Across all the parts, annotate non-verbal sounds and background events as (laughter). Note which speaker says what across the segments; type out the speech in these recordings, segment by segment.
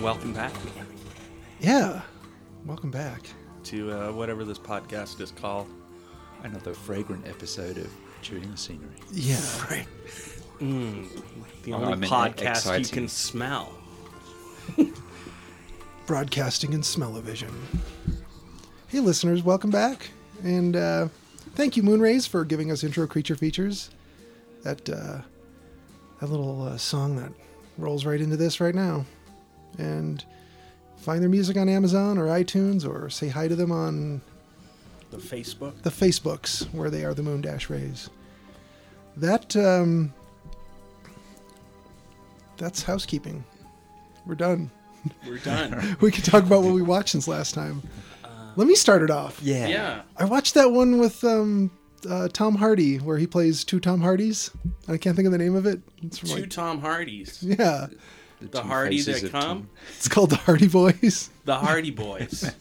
Speaker 1: Welcome back
Speaker 2: Yeah. Welcome back.
Speaker 1: to uh, whatever this podcast is called.
Speaker 3: Another fragrant episode of Chewing the Scenery.
Speaker 2: Yeah. Right.
Speaker 1: The
Speaker 3: Well,
Speaker 1: only
Speaker 3: Oh, I meant
Speaker 1: podcast you
Speaker 3: exciting.
Speaker 1: can smell.
Speaker 2: Broadcasting and smell-o-vision. Hey, listeners, welcome back. And uh, thank you, Moonrays, for giving us intro creature features. That, uh, that little uh, song that rolls right into this right now. And find their music on Amazon or iTunes or say hi to them on
Speaker 1: The Facebook.
Speaker 2: the Facebooks where they are the Moon Dash Rays. That um, that's housekeeping. We're done. (laughs)
Speaker 3: (laughs)
Speaker 1: We're done.
Speaker 2: We can talk about what we watched since last time. Let me start it off.
Speaker 1: yeah.
Speaker 2: I watched that one with um, uh, Tom Hardy where he plays two Tom Hardys. I can't think of the name of it. It's from
Speaker 1: Two
Speaker 2: like,
Speaker 1: Tom Hardys.
Speaker 2: yeah,
Speaker 1: The
Speaker 3: two
Speaker 1: Hardy
Speaker 3: faces
Speaker 1: that
Speaker 3: of
Speaker 1: come.
Speaker 2: it's called the Hardy Boys.
Speaker 1: The Hardy
Speaker 3: (laughs)
Speaker 1: Boys.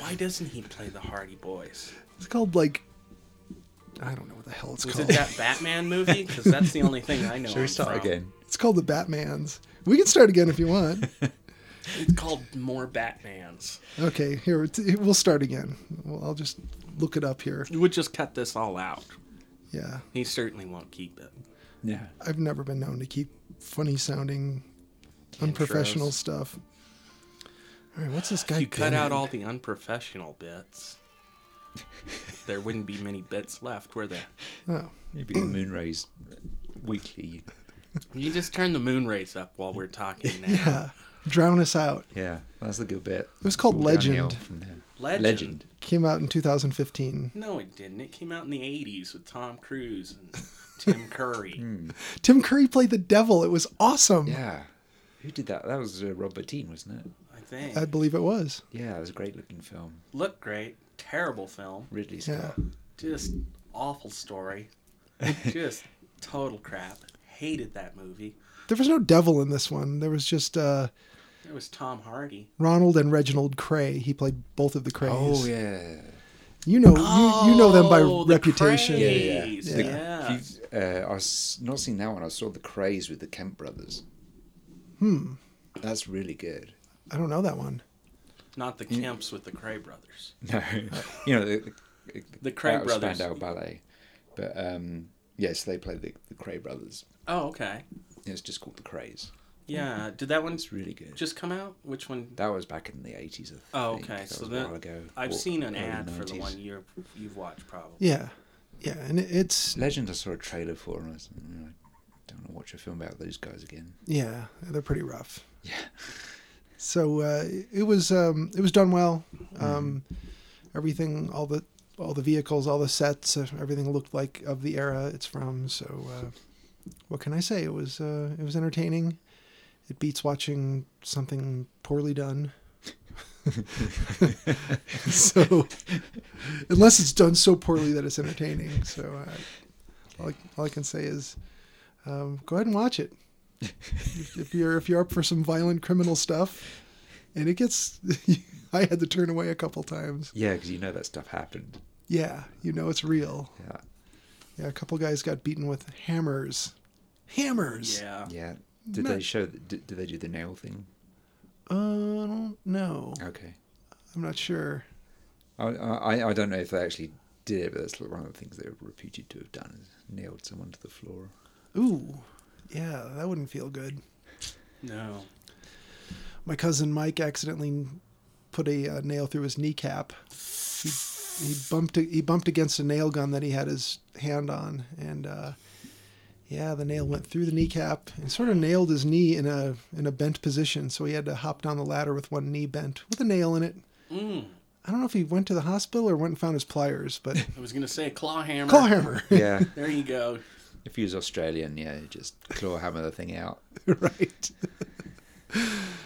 Speaker 1: Why doesn't he play the Hardy Boys?
Speaker 2: It's called like I don't know what the hell it's
Speaker 1: Was
Speaker 2: called.
Speaker 1: it that Batman movie? Because that's the only thing I know.
Speaker 3: Shall Oh. we
Speaker 1: him
Speaker 3: start
Speaker 1: from.
Speaker 3: again?
Speaker 2: It's called the Batman's. We can start again if you want.
Speaker 1: It's called More Batmans.
Speaker 2: Okay, here it's- it- we'll start again. Well, I'll just look it up here.
Speaker 1: You would just cut this all out.
Speaker 2: Yeah,
Speaker 1: He certainly won't keep it.
Speaker 3: Yeah.
Speaker 2: I've never been known to keep funny sounding, unprofessional stuff. All right, what's this guy?
Speaker 1: you cut out
Speaker 2: doing?
Speaker 1: all the unprofessional bits. there wouldn't be many bits left, were there?
Speaker 2: Oh,
Speaker 3: Maybe the Moonrays weekly.
Speaker 1: You just turn the moon rays up while we're talking now.
Speaker 2: yeah, drown us out.
Speaker 3: Yeah, that's a good bit.
Speaker 2: It was called
Speaker 3: All downhill
Speaker 2: Legend.
Speaker 3: from there.
Speaker 1: Legend.
Speaker 3: Legend.
Speaker 2: Came out in 2015.
Speaker 1: No, it didn't. It came out in the 80s with Tom Cruise and
Speaker 3: (laughs)
Speaker 1: Tim Curry.
Speaker 3: Hmm.
Speaker 2: Tim Curry played the devil. It was awesome.
Speaker 3: Yeah. Who did that? That was uh, Robert Dean, wasn't it?
Speaker 1: I think.
Speaker 2: I believe it was.
Speaker 3: Yeah, it was a great looking film.
Speaker 1: Looked great. Terrible film.
Speaker 3: Ridley Scott.
Speaker 2: Yeah,
Speaker 1: Just awful story.
Speaker 3: (laughs)
Speaker 1: just total crap. Hated that movie.
Speaker 2: there was no devil in this one. There was just uh,
Speaker 1: It was Tom Hardy.
Speaker 2: Ronald and Reginald Cray. He played both of the Crays.
Speaker 3: Oh, yeah.
Speaker 2: You know, you, you know them by
Speaker 1: Oh, the
Speaker 2: reputation.
Speaker 1: Crays.
Speaker 3: Yeah, yeah,
Speaker 1: Jeez,
Speaker 3: The-
Speaker 1: yeah.
Speaker 3: you've, uh, I've s- not seen that one. I saw The Craze with the Kemp brothers. Hmm. That's really good.
Speaker 2: I don't know that one.
Speaker 1: Not the
Speaker 3: Mm.
Speaker 1: Kemps with the Cray brothers.
Speaker 3: No, (laughs) you know the, the,
Speaker 1: The Cray
Speaker 3: out of
Speaker 1: brothers.
Speaker 3: Spandau Ballet, but um, yes, they play the, the Cray brothers.
Speaker 1: Oh, okay.
Speaker 3: It's just called the Crays.
Speaker 1: Yeah.
Speaker 3: Mm-hmm.
Speaker 1: Did that one
Speaker 3: It's really good.
Speaker 1: just come out? Which one?
Speaker 3: that was back in the eighties.
Speaker 1: Oh, okay. So
Speaker 3: was a
Speaker 1: that
Speaker 3: while ago.
Speaker 1: I've
Speaker 3: or
Speaker 1: seen an
Speaker 3: early
Speaker 1: ad for the
Speaker 3: 90s.
Speaker 1: one you you've watched probably.
Speaker 2: Yeah, yeah, and it- it's
Speaker 3: Legend. I saw a trailer for, and I was, mm, I don't want to watch a film about those guys again.
Speaker 2: Yeah, they're pretty rough.
Speaker 3: Yeah.
Speaker 2: So uh, it was um, it was done well. Um, Everything, all the all the vehicles, all the sets, uh, everything looked like of the era it's from. So uh, what can I say? It was uh, it was entertaining. It beats watching something poorly done. (laughs) so unless it's done so poorly that it's entertaining, so uh, all, I, all I can say is um, go ahead and watch it if you're if you're up for some violent criminal stuff, and it gets, (laughs) I had to turn away a couple times.
Speaker 3: Yeah, because you know that stuff happened.
Speaker 2: Yeah, you know it's real.
Speaker 3: Yeah,
Speaker 2: Yeah, a couple guys got beaten with hammers, hammers.
Speaker 1: Yeah.
Speaker 3: yeah. Did
Speaker 2: Ma-
Speaker 3: they show? th- Did, did they do the nail thing?
Speaker 2: Uh, I don't know.
Speaker 3: Okay.
Speaker 2: I'm not sure.
Speaker 3: I, I I don't know if they actually did it, but that's one of the things they were reputed to have done: is nailed someone to the floor.
Speaker 2: Ooh, yeah, that wouldn't feel good.
Speaker 1: No.
Speaker 2: My cousin Mike accidentally put a uh, nail through his kneecap. He, he bumped he bumped against a nail gun that he had his hand on, and uh, yeah, the nail went through the kneecap and sort of nailed his knee in a in a bent position. So he had to hop down the ladder with one knee bent with a nail in it.
Speaker 1: Mm.
Speaker 2: I don't know if he went to the hospital or went and found his pliers, but (laughs)
Speaker 1: I was gonna say claw hammer.
Speaker 3: (laughs)
Speaker 2: claw hammer. (laughs)
Speaker 3: Yeah.
Speaker 1: There you go.
Speaker 3: If he was Australian, yeah, he'd just claw hammer the thing out.
Speaker 2: right.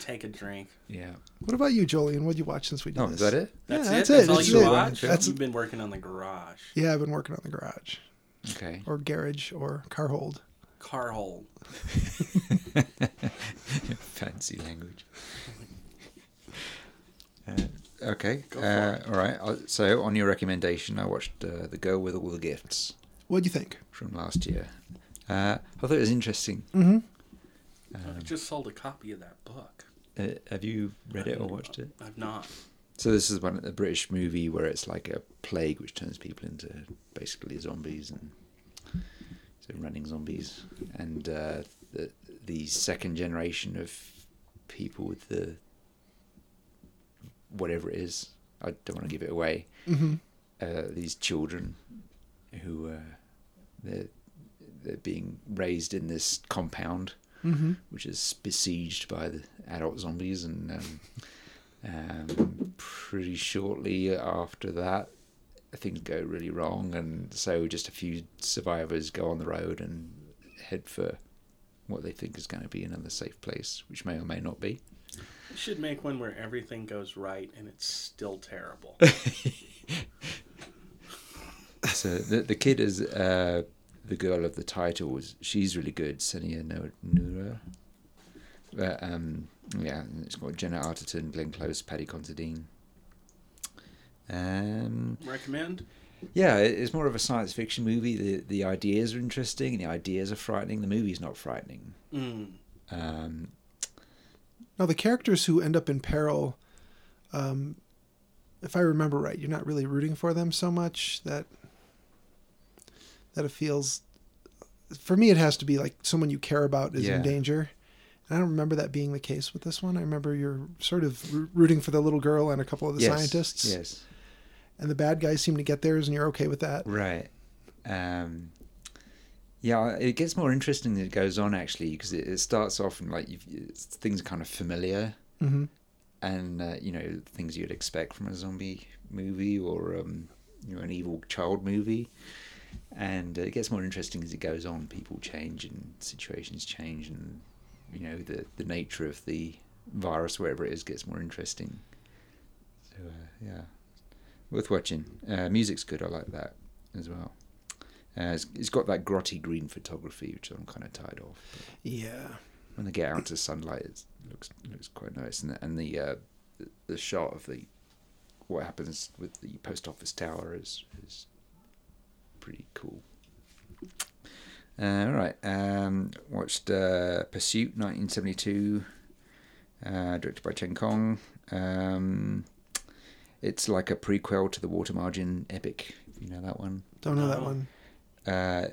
Speaker 1: Take a drink.
Speaker 3: Yeah.
Speaker 2: What about you, Jolien? What did you watch since we did
Speaker 3: Oh,
Speaker 2: this?
Speaker 3: is that it?
Speaker 2: Yeah,
Speaker 1: That's it.
Speaker 2: that's
Speaker 1: That's,
Speaker 2: it,
Speaker 1: all
Speaker 2: that's
Speaker 1: you
Speaker 2: it.
Speaker 1: watch.
Speaker 2: That's-
Speaker 1: You've been working on the garage.
Speaker 2: Yeah, I've been working on the garage
Speaker 3: Okay. (laughs)
Speaker 2: or garage or car hold.
Speaker 1: Car hold.
Speaker 3: Fancy language. Uh, okay. Uh, all right. I- So, on your recommendation, I watched uh, The Girl with All the Gifts
Speaker 2: What do you think?
Speaker 3: from last year. Uh, I thought it was interesting.
Speaker 1: I just sold a copy of that book.
Speaker 3: Uh, have you read it or watched it?
Speaker 1: I've not.
Speaker 3: So this is one a British movie where it's like a plague which turns people into basically zombies and so running zombies and uh, the the second generation of people with the whatever it is I don't want to give it away
Speaker 2: hmm
Speaker 3: uh, these children who uh, they're they're being raised in this compound
Speaker 2: hmm
Speaker 3: which is besieged by the adult zombies, and um, um, pretty shortly after that, things go really wrong, and so just a few survivors go on the road and head for what they think is going to be another safe place, which may or may not be.
Speaker 1: You should make one where everything goes right and it's still terrible.
Speaker 3: So the, the kid is uh, the girl of the title. Was, she's really good, Senia No- Nura. But um, yeah, and it's got Jenna Arterton, Glenn Close, Paddy Considine. Um,
Speaker 1: Recommend?
Speaker 3: yeah, it- it's more of a science fiction movie. The the ideas are interesting, the ideas are frightening. The movie's not frightening.
Speaker 1: Mm.
Speaker 3: Um,
Speaker 2: Now the characters who end up in peril, um, if I remember right, you're not really rooting for them so much that that it feels. For me, it has to be like someone you care about is
Speaker 3: Yeah.
Speaker 2: in danger, and I don't remember that being the case with this one. I remember you're sort of roo- rooting for the little girl and a couple of the
Speaker 3: yes,
Speaker 2: scientists,
Speaker 3: Yes,
Speaker 2: and the bad guys seem to get theirs, and you're okay with that.
Speaker 3: right. Um, yeah, it gets more interesting as it goes on actually because it, it starts off and like you've, it's, things are kind of familiar.
Speaker 2: hmm
Speaker 3: and uh, you know things you'd expect from a zombie movie or um, you know an evil child movie. And uh, it gets more interesting as it goes on. People change and situations change, and you know the the nature of the virus, wherever it is, gets more interesting. So uh, yeah, worth watching. Uh, music's good. I like that as well. Uh, it's, it's got that grotty green photography, which I'm kind of tired of
Speaker 2: Yeah.
Speaker 3: when they get out to sunlight, it looks looks quite nice, and the, and the uh, the- the shot of the what happens with the post office tower is is pretty cool. Uh, all right, um, watched uh, Pursuit, nineteen seventy two, uh, directed by Chen Kong. Um, it's like a prequel to the Water Margin epic. If you know that one
Speaker 2: Don't know that
Speaker 1: No.
Speaker 2: one.
Speaker 3: uh,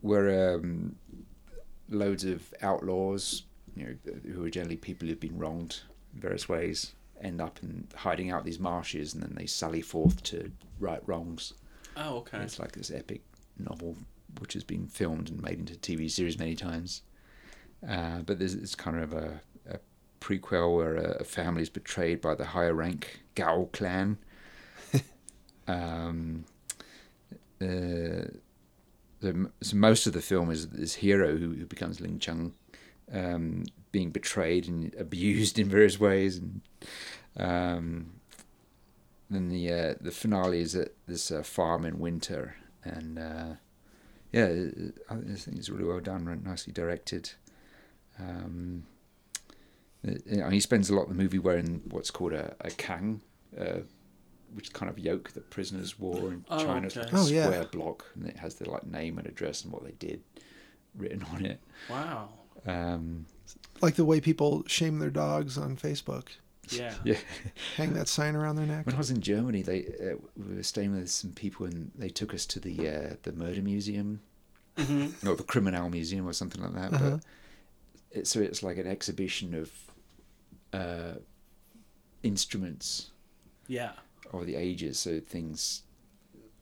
Speaker 3: where um, loads of outlaws, you know, who are generally people who've been wronged in various ways, end up in hiding out these marshes, and then they sally forth to right wrongs.
Speaker 1: Oh, okay.
Speaker 3: It's like this epic novel, which has been filmed and made into TV series many times. Uh, but there's it's kind of a, a prequel where a, a family is betrayed by the higher rank Gao clan. um, uh, the, m- so most of the film is this hero who, who becomes Ling Chung, um, being betrayed and abused in various ways, and um, then the uh, the finale is at this uh, farm in winter, and uh, yeah, I I think it's really well done, right, nicely directed. Um, it- you know, he spends a lot of the movie wearing what's called a, a kang, uh, which is kind of yoke that prisoners wore in
Speaker 1: Oh,
Speaker 3: China. It's
Speaker 1: okay.
Speaker 3: like a
Speaker 2: Oh, yeah.
Speaker 3: square block, and it has their like name and address and what they did written on it.
Speaker 1: Wow.
Speaker 3: Um,
Speaker 2: Like the way people shame their dogs on Facebook,
Speaker 1: Yeah.
Speaker 3: yeah.
Speaker 2: hang that sign around their neck.
Speaker 3: When I was in Germany, they uh, we were staying with some people, and they took us to the uh, the murder museum, or the criminal museum, or something like that.
Speaker 2: Uh-huh.
Speaker 3: But it, so it's like an exhibition of uh, instruments
Speaker 1: Yeah.
Speaker 3: of the ages. So things.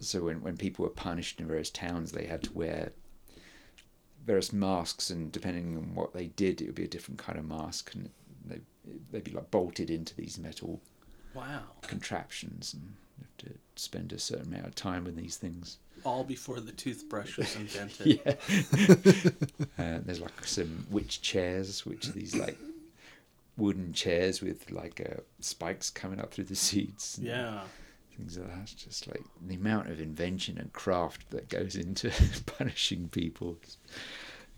Speaker 3: So when when people were punished in various towns, they had to wear various masks, and depending on what they did, it would be a different kind of mask, and they they'd be like bolted into these metal
Speaker 1: Wow.
Speaker 3: (laughs) contraptions and you have to spend a certain amount of time with these things.
Speaker 1: all before the toothbrush was invented.
Speaker 3: yeah. uh, there's like some witch chairs, which are these like wooden chairs with like uh, spikes coming up through the seats. and
Speaker 1: Yeah.
Speaker 3: Things like that. It's just like the amount of invention and craft that goes into (laughs) punishing people is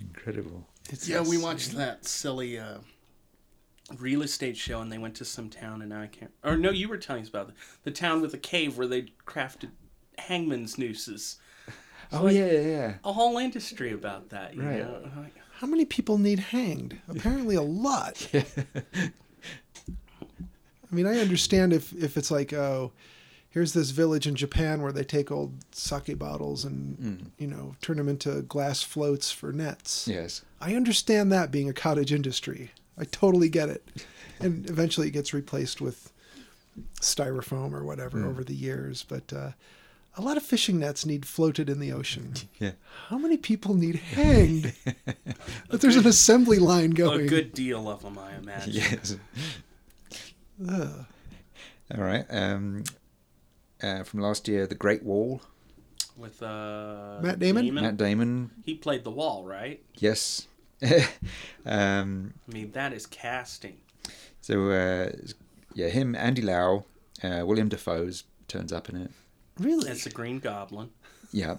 Speaker 3: incredible.
Speaker 2: It's
Speaker 1: Yeah, we watched that silly uh, real estate show, and they went to some town, and I can't. Or no, you were telling us about it. the town with the cave where they crafted hangman's nooses.
Speaker 3: oh yeah, yeah, yeah.
Speaker 1: A whole industry about that, you
Speaker 3: Right.
Speaker 1: know. Like,
Speaker 2: How many people need hanged? Apparently, a lot. I mean, I understand if if it's like, oh, here's this village in Japan where they take old sake bottles and you know turn them into glass floats for nets.
Speaker 3: Yes. (laughs)
Speaker 2: I understand that being a cottage industry. I totally get it. And eventually it gets replaced with styrofoam or whatever over the years. But uh, a lot of fishing nets need floated in the ocean.
Speaker 3: Yeah.
Speaker 2: How many people need hanged? But there's an assembly line
Speaker 1: A
Speaker 2: going.
Speaker 1: good deal of them, I imagine.
Speaker 3: Yes.
Speaker 2: Ugh.
Speaker 3: All right. Um, uh, from last year, The Great Wall.
Speaker 1: With uh,
Speaker 2: Matt Damon?
Speaker 3: Matt Damon.
Speaker 1: He played the wall, right?
Speaker 3: Yes. (laughs) um,
Speaker 1: I mean, that is casting.
Speaker 3: so uh, yeah, him, Andy Lau, uh, William Defoe's turns up in it.
Speaker 2: Really?
Speaker 1: It's the Green Goblin.
Speaker 3: Yeah.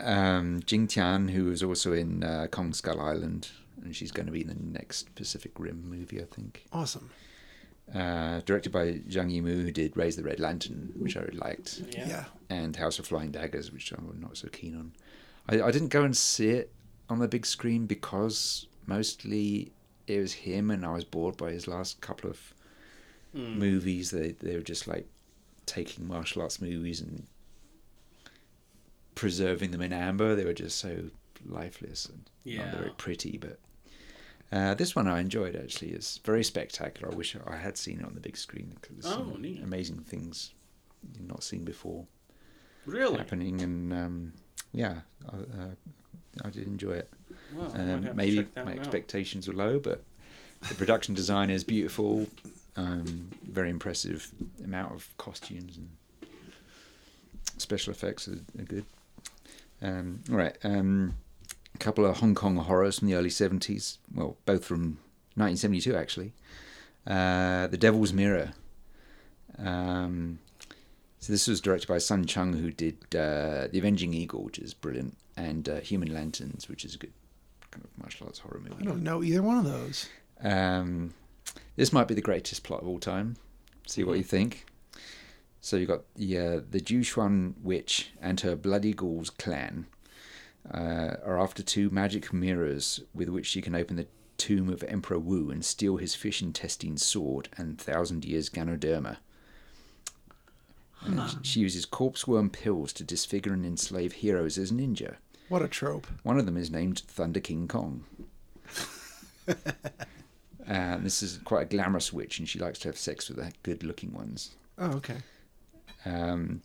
Speaker 3: Um, Jing Tian, who was also in uh, Kong Skull Island, and she's going to be in the next Pacific Rim movie, I think.
Speaker 2: Awesome.
Speaker 3: Uh, directed by Zhang Yimou, who did Raise the Red Lantern, which I really liked.
Speaker 1: Yeah.
Speaker 2: Yeah.
Speaker 3: and House of Flying Daggers, which I'm not so keen on. I, I didn't go and see it on the big screen because mostly it was him, and I was bored by his last couple of
Speaker 1: Hmm.
Speaker 3: movies. They they were just like taking martial arts movies and preserving them in amber. They were just so lifeless and
Speaker 1: Yeah.
Speaker 3: not very pretty, but. Uh, this one I enjoyed actually. It's very spectacular. I wish I had seen it on the big screen because there's
Speaker 1: Oh,
Speaker 3: some
Speaker 1: neat.
Speaker 3: amazing things you've not seen before
Speaker 1: Really?
Speaker 3: happening, and um, yeah, I, uh, I did enjoy it.
Speaker 1: Well, Oh, I might have
Speaker 3: Um,
Speaker 1: to
Speaker 3: maybe
Speaker 1: check that
Speaker 3: my
Speaker 1: one out.
Speaker 3: expectations were low, but the production design is beautiful. Um, very impressive amount of costumes and special effects are, are good. Um, all right, um, a couple of Hong Kong horrors from the early seventies. Well, both from 1972 actually. Uh, the Devil's Mirror. Um, so this was directed by Sun Chung, who did uh, The Avenging Eagle, which is brilliant, and uh, Human Lanterns, which is a good kind of martial arts horror movie.
Speaker 2: I don't know either one of those.
Speaker 3: Um, this might be the greatest plot of all time. See what you think. So you've got the uh, the Jushuan witch and her bloody ghouls clan uh, are after two magic mirrors with which she can open the tomb of Emperor Wu and steal his fish intestine sword and thousand years ganoderma. And she uses corpse worm pills to disfigure and enslave heroes as ninja.
Speaker 2: What a trope.
Speaker 3: One of them is named Thunder King Kong. um, this is quite a glamorous witch, and she likes to have sex with the good-looking ones.
Speaker 2: Oh, okay.
Speaker 3: Um,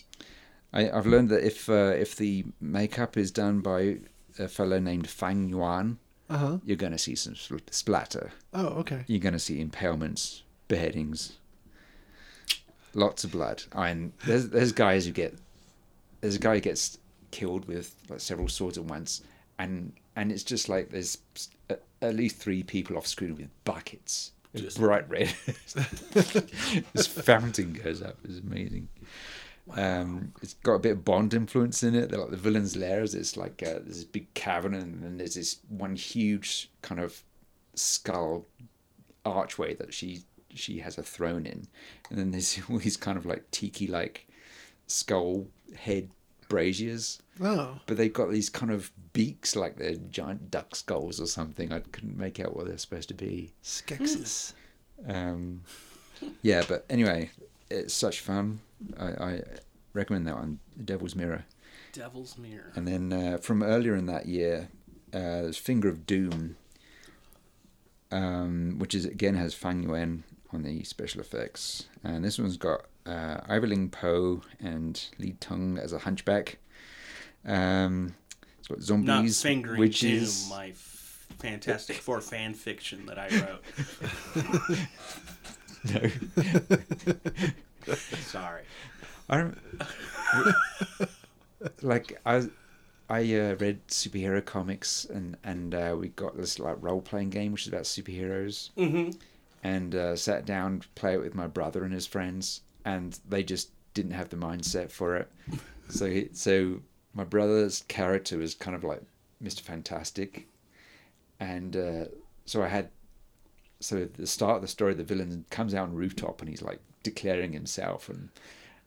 Speaker 3: I, I've learned that if uh, if the makeup is done by a fellow named Fang Yuan,
Speaker 2: Uh huh.
Speaker 3: you're going to see some spl- splatter.
Speaker 2: Oh, okay.
Speaker 3: You're going to see impalements, beheadings, lots of blood. I mean, there's there's guys who get there's a guy who gets killed with like several swords at once, and and it's just like there's a- at least three people off screen with buckets, of
Speaker 1: Just-
Speaker 3: bright red. (laughs) this fountain goes up. It's amazing. Um, it's got a bit of Bond influence in it. They're like the villain's lairs. It's like uh, there's this big cavern, and then there's this one huge kind of skull archway that she she has a throne in, and then there's (laughs) all these kind of like tiki like skull head braziers,
Speaker 2: Oh,
Speaker 3: but they've got these kind of beaks like they're giant duck skulls or something. I couldn't make out what they're supposed to be.
Speaker 2: Skeksis.
Speaker 1: (laughs)
Speaker 3: Um, yeah, but anyway, it's such fun. I, I recommend that one, The Devil's Mirror.
Speaker 1: Devil's Mirror.
Speaker 3: And then uh, from earlier in that year, uh, there's Finger of Doom, um, which is again has Fang Yuan on the special effects, and this one's got uh, Ivor Ling Po and Lee Tung as a hunchback. Um, it's got
Speaker 1: Not
Speaker 3: zombies,
Speaker 1: fingering
Speaker 3: witches.
Speaker 1: Doom, my f- Fantastic Four fan fiction that I
Speaker 3: (laughs)
Speaker 1: wrote.
Speaker 3: No, (laughs)
Speaker 1: Sorry.
Speaker 3: I rem- (laughs) like I I uh, read superhero comics, and and uh, we got this like role playing game, which is about superheroes,
Speaker 1: hmm
Speaker 3: and uh, sat down to play it with my brother and his friends, and they just didn't have the mindset for it. So he, so my brother's character was kind of like Mister Fantastic, and uh, so I had so at the start of the story, the villain comes out on rooftop and he's like declaring himself and.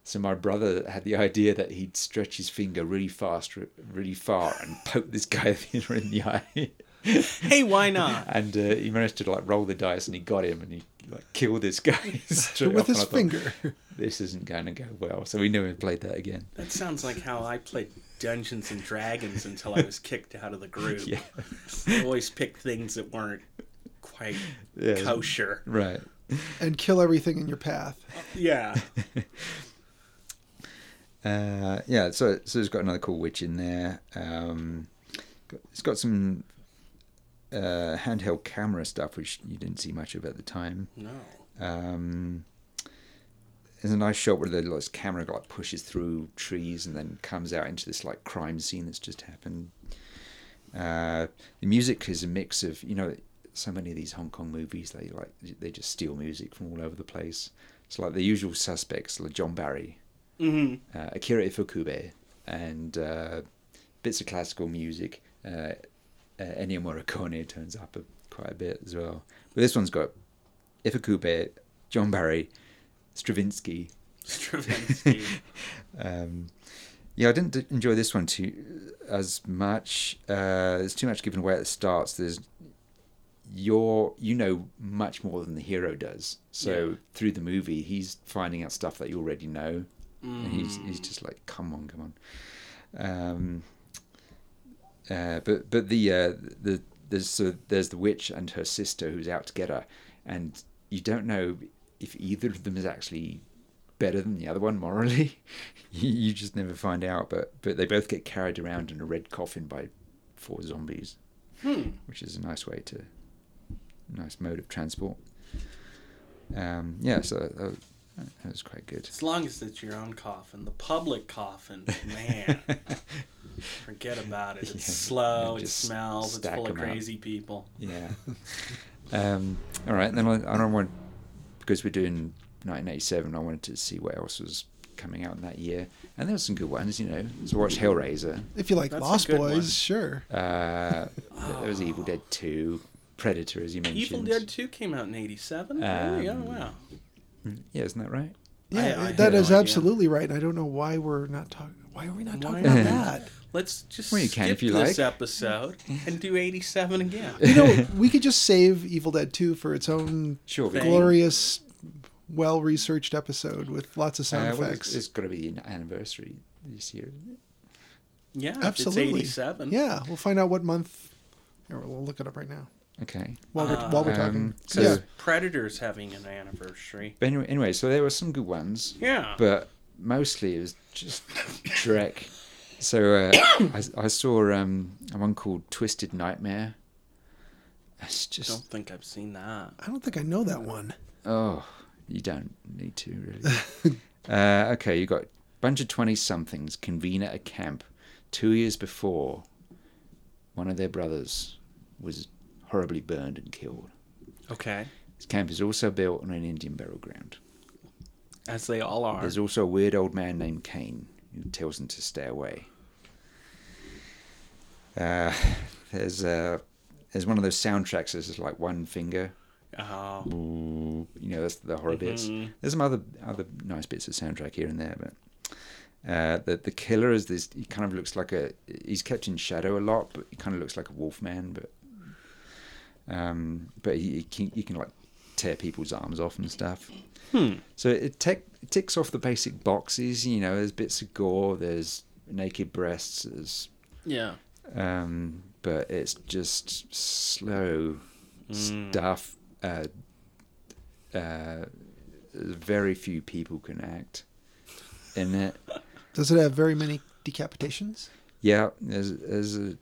Speaker 3: So my brother had the idea that he'd stretch his finger really fast, re- really far, and (laughs) poke this guy in the eye.
Speaker 1: Hey, why not?
Speaker 3: and uh, he managed to like roll the dice and he got him and he like killed this guy (laughs) straight
Speaker 2: with
Speaker 3: off, and
Speaker 2: his
Speaker 3: I thought,
Speaker 2: finger.
Speaker 3: this isn't going to go well so we never played that again
Speaker 1: That sounds like how I played Dungeons and Dragons until I was kicked out of the group.
Speaker 3: (laughs) yeah
Speaker 1: I always picked things that weren't quite
Speaker 3: Yeah.
Speaker 1: kosher.
Speaker 3: right
Speaker 1: Hmm.
Speaker 2: and kill everything in your path.
Speaker 1: Yeah.
Speaker 3: uh, yeah so so it's got another cool witch in there um, got- it's got some uh, handheld camera stuff which you didn't see much of at the time
Speaker 1: No.
Speaker 3: um, there's a nice shot where the like, camera like pushes through trees and then comes out into this like crime scene that's just happened. Uh, the music is a mix of you know so many of these Hong Kong movies they like they just steal music from all over the place. So like the usual suspects like John Barry,
Speaker 1: hmm
Speaker 3: uh, Akira Ifukube, and uh, bits of classical music. Uh, uh, Ennio Morricone turns up a, quite a bit as well. But this one's got Ifukube, John Barry, Stravinsky.
Speaker 1: Stravinsky.
Speaker 3: Um, yeah, I didn't d- enjoy this one too as much. Uh, there's too much given away at the start. So there's your you know much more than the hero does. So
Speaker 1: Yeah.
Speaker 3: through the movie, he's finding out stuff that you already know. And he's
Speaker 1: Mm.
Speaker 3: he's just like, come on, come on. Um, uh, but but the uh, the there's so there's the witch and her sister who's out to get her, and you don't know if either of them is actually better than the other one morally. (laughs) you, you just never find out. But but they both get carried around in a red coffin by four zombies,
Speaker 1: Hmm.
Speaker 3: which is a nice way to nice mode of transport. Um, yeah, so that was, that was quite good.
Speaker 1: As long as it's your own coffin, the public coffin,
Speaker 3: (laughs)
Speaker 1: man, forget about it. It's
Speaker 3: Yeah.
Speaker 1: slow,
Speaker 3: You
Speaker 1: it
Speaker 3: just
Speaker 1: smells, it's
Speaker 3: stack
Speaker 1: full of
Speaker 3: 'em up.
Speaker 1: crazy people.
Speaker 3: Yeah. (laughs) um, all right. Then I, I don't want because we're doing 1987. I wanted to see what else was coming out in that year, and there were some good ones. You know, so I watched Hellraiser.
Speaker 2: If you like
Speaker 1: That's a
Speaker 2: Lost
Speaker 1: good
Speaker 2: Boys,
Speaker 1: one.
Speaker 2: sure.
Speaker 3: Uh, There was Evil Dead 2, Predator, as you mentioned.
Speaker 1: Evil Dead 2 came out in 87. oh, yeah,
Speaker 3: Um,
Speaker 1: wow.
Speaker 3: Mm, Yeah, isn't that right?
Speaker 2: Yeah,
Speaker 1: I had
Speaker 2: that
Speaker 1: no
Speaker 2: is
Speaker 1: idea.
Speaker 2: absolutely right. And I don't know why we're not talking. Why are we not
Speaker 1: Why
Speaker 2: talking about
Speaker 3: not?
Speaker 2: that?
Speaker 1: Let's just
Speaker 3: Well, you
Speaker 1: skip
Speaker 3: can if you
Speaker 1: this
Speaker 3: like. (laughs)
Speaker 1: episode and do 87 again.
Speaker 2: You know, we could just save Evil Dead 2 for its own
Speaker 3: Sure. uh,
Speaker 1: Thank-
Speaker 2: glorious, well researched episode with lots of sound
Speaker 3: Uh, well,
Speaker 2: effects.
Speaker 3: it's it's got to be an anniversary this year, isn't it?
Speaker 1: Yeah, if
Speaker 2: Absolutely.
Speaker 1: it's 87.
Speaker 2: yeah, we'll find out what month. Here, we'll look it up right now
Speaker 3: Okay.
Speaker 2: while we're, while we're talking.
Speaker 3: Um,
Speaker 1: So
Speaker 3: so,
Speaker 2: yeah.
Speaker 1: Predator's having an anniversary.
Speaker 3: but anyway, anyway, so there were some good ones.
Speaker 1: Yeah.
Speaker 3: but mostly it was just (laughs) Trek. So uh, (coughs) I, I saw um, one called Twisted Nightmare. It's
Speaker 1: I don't
Speaker 3: just
Speaker 1: think I've seen that.
Speaker 2: I don't think I know that one.
Speaker 3: oh, you don't need to really. (laughs) uh, okay, you got a bunch of twenty somethings convene at a camp two years before one of their brothers was horribly burned and killed.
Speaker 1: Okay.
Speaker 3: This camp is also built on an Indian burial ground.
Speaker 1: As they all are.
Speaker 3: There's also a weird old man named Kane who tells them to stay away. Uh, there's uh, there's one of those soundtracks that's just like one finger.
Speaker 1: Oh.
Speaker 3: You know, that's the horror bits.
Speaker 1: Mhm.
Speaker 3: There's some other other nice bits of soundtrack here and there, but uh, the the killer is this. He kind of looks like a. He's kept in shadow a lot, but he kind of looks like a wolf man. But um, but he, he can he can like tear people's arms off and stuff.
Speaker 1: Hmm.
Speaker 3: So it, tick, it ticks off the basic boxes. You know, there's bits of gore, there's naked breasts, there's,
Speaker 1: Yeah.
Speaker 3: um, but it's just slow
Speaker 1: Mm.
Speaker 3: stuff. Uh, uh, very few people can act in it.
Speaker 2: Does it have very many decapitations?
Speaker 3: Yeah, there's there's a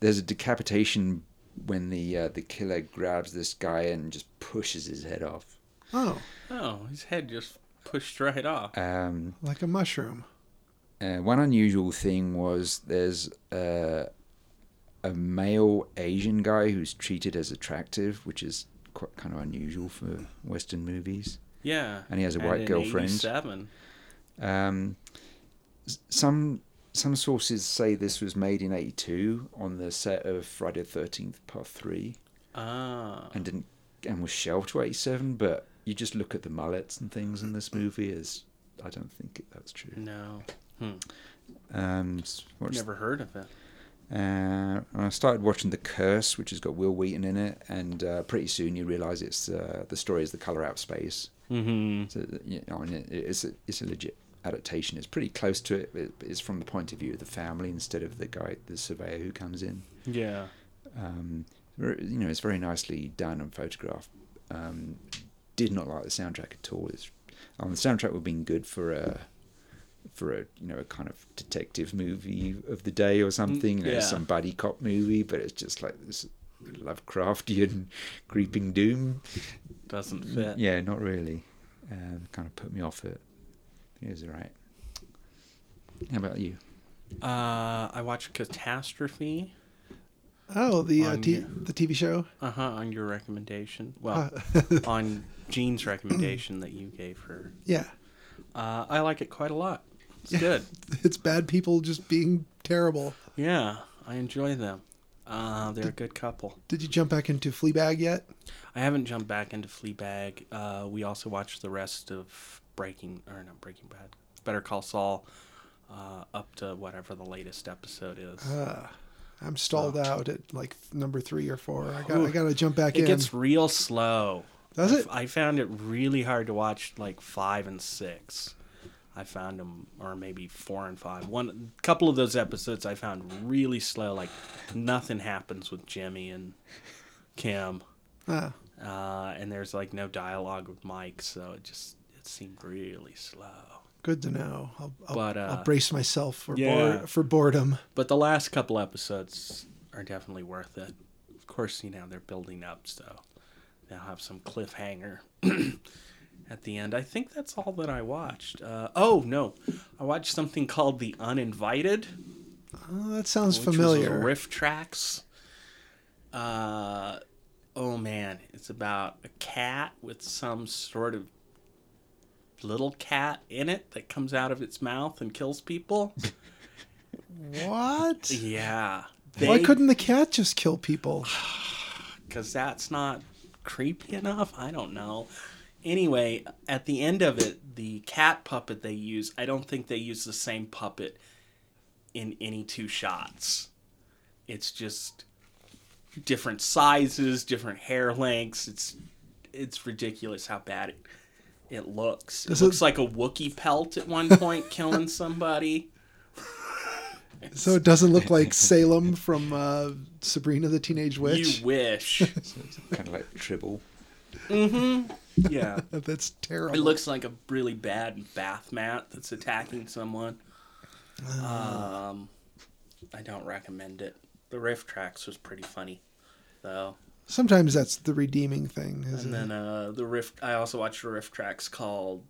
Speaker 3: there's a decapitation when the uh, the killer grabs this guy and just pushes his head off.
Speaker 2: Oh,
Speaker 1: Oh, his head just pushed right off.
Speaker 3: Um,
Speaker 2: like a mushroom.
Speaker 3: Uh, one unusual thing was there's uh, a male Asian guy who's treated as attractive, which is quite kind of unusual for Western movies.
Speaker 1: Yeah.
Speaker 3: And he has a white
Speaker 1: in
Speaker 3: girlfriend.
Speaker 1: 87.
Speaker 3: Um, s- some some sources say this was made in '82 on the set of Friday the Thirteenth Part Three,
Speaker 1: Ah.
Speaker 3: and didn't and was shelved to '87. But you just look at the mullets and things in this movie is I don't think that's true.
Speaker 1: No. Hmm.
Speaker 3: Um, s- what's
Speaker 1: Never heard of it.
Speaker 3: Uh, and I started watching The Curse, which has got Will Wheaton in it, and uh, pretty soon you realise it's uh, the story is The Color Out of Space.
Speaker 1: Mm-hmm.
Speaker 3: So you know, and it- it's a, it's a legit adaptation. It's pretty close to it. But it's from the point of view of the family instead of the guy, the surveyor who comes in.
Speaker 1: Yeah.
Speaker 3: Um, ver- you know, it's very nicely done and photographed. Um, did not like the soundtrack at all. It's, um, the soundtrack would have been good for a for a you know a kind of detective movie of the day or something. You know,
Speaker 1: yeah.
Speaker 3: some buddy cop movie, but it's just like this Lovecraftian (laughs) creeping doom.
Speaker 1: Doesn't fit.
Speaker 3: Yeah, not really. Um, kind of put me off it. It was alright. How about you?
Speaker 1: Uh, I watched Catastrophe.
Speaker 2: Oh, the uh,
Speaker 1: On
Speaker 2: t-
Speaker 1: you.
Speaker 2: the TV show.
Speaker 1: Uh huh. On your recommendation. Well, on Jean's recommendation that you gave her.
Speaker 2: Yeah, (laughs)
Speaker 1: Uh, I like it quite a lot. It's good.
Speaker 2: it's bad people just being terrible.
Speaker 1: Yeah, I enjoy them. Uh, they're a good couple.
Speaker 2: Did you jump back into Fleabag yet?
Speaker 1: I haven't jumped back into Fleabag. Uh, we also watched the rest of Breaking, or not Breaking Bad, Better Call Saul, uh, up to whatever the latest episode is.
Speaker 2: Uh, I'm stalled out at like number three or four. I got I got to jump back
Speaker 1: it
Speaker 2: in.
Speaker 1: gets real slow.
Speaker 2: Does
Speaker 1: I
Speaker 2: it?
Speaker 1: f- I found it really hard to watch like five and six. I found them, or maybe four and five. One couple of those episodes I found really slow. Like nothing happens with Jimmy and Kim.
Speaker 2: Ah.
Speaker 1: uh, and there's like no dialogue with Mike, so it just it seemed really slow.
Speaker 2: Good to know. I'll, I'll,
Speaker 1: But,
Speaker 2: I'll
Speaker 1: uh,
Speaker 2: brace myself for
Speaker 1: yeah.
Speaker 2: bore, for boredom.
Speaker 1: But the last couple episodes are definitely worth it. Of course, you know they're building up, so they'll have some cliffhanger (clears throat) at the end. I think that's all that I watched. Uh, oh no, I watched something called The Uninvited,
Speaker 2: Oh, that sounds
Speaker 1: which was
Speaker 2: familiar.
Speaker 1: a riff tracks. Uh, oh man, it's about a cat with some sort of little cat in it that comes out of its mouth and kills people.
Speaker 2: (laughs) What?
Speaker 1: yeah.
Speaker 2: Why
Speaker 1: They-
Speaker 2: couldn't the cat just kill people?
Speaker 1: because that's not creepy enough. I don't know. Anyway, at the end of it, the cat puppet they use, I don't think they use the same puppet in any two shots. It's just different sizes, different hair lengths. It's it's ridiculous how bad it it looks. It
Speaker 2: Does it-
Speaker 1: looks like a Wookiee pelt at one point
Speaker 2: (laughs)
Speaker 1: killing somebody.
Speaker 2: So it doesn't look
Speaker 1: (laughs)
Speaker 2: like Salem from uh, Sabrina the Teenage Witch.
Speaker 1: You wish.
Speaker 3: Kind of like Tribble.
Speaker 1: yeah.
Speaker 2: That's terrible.
Speaker 1: It looks like a really bad bath mat that's attacking someone. Um, I don't recommend it. The riff tracks was pretty funny, though.
Speaker 2: Sometimes that's the redeeming thing. Isn't
Speaker 1: And then uh, the riff. I also watched the riff tracks called.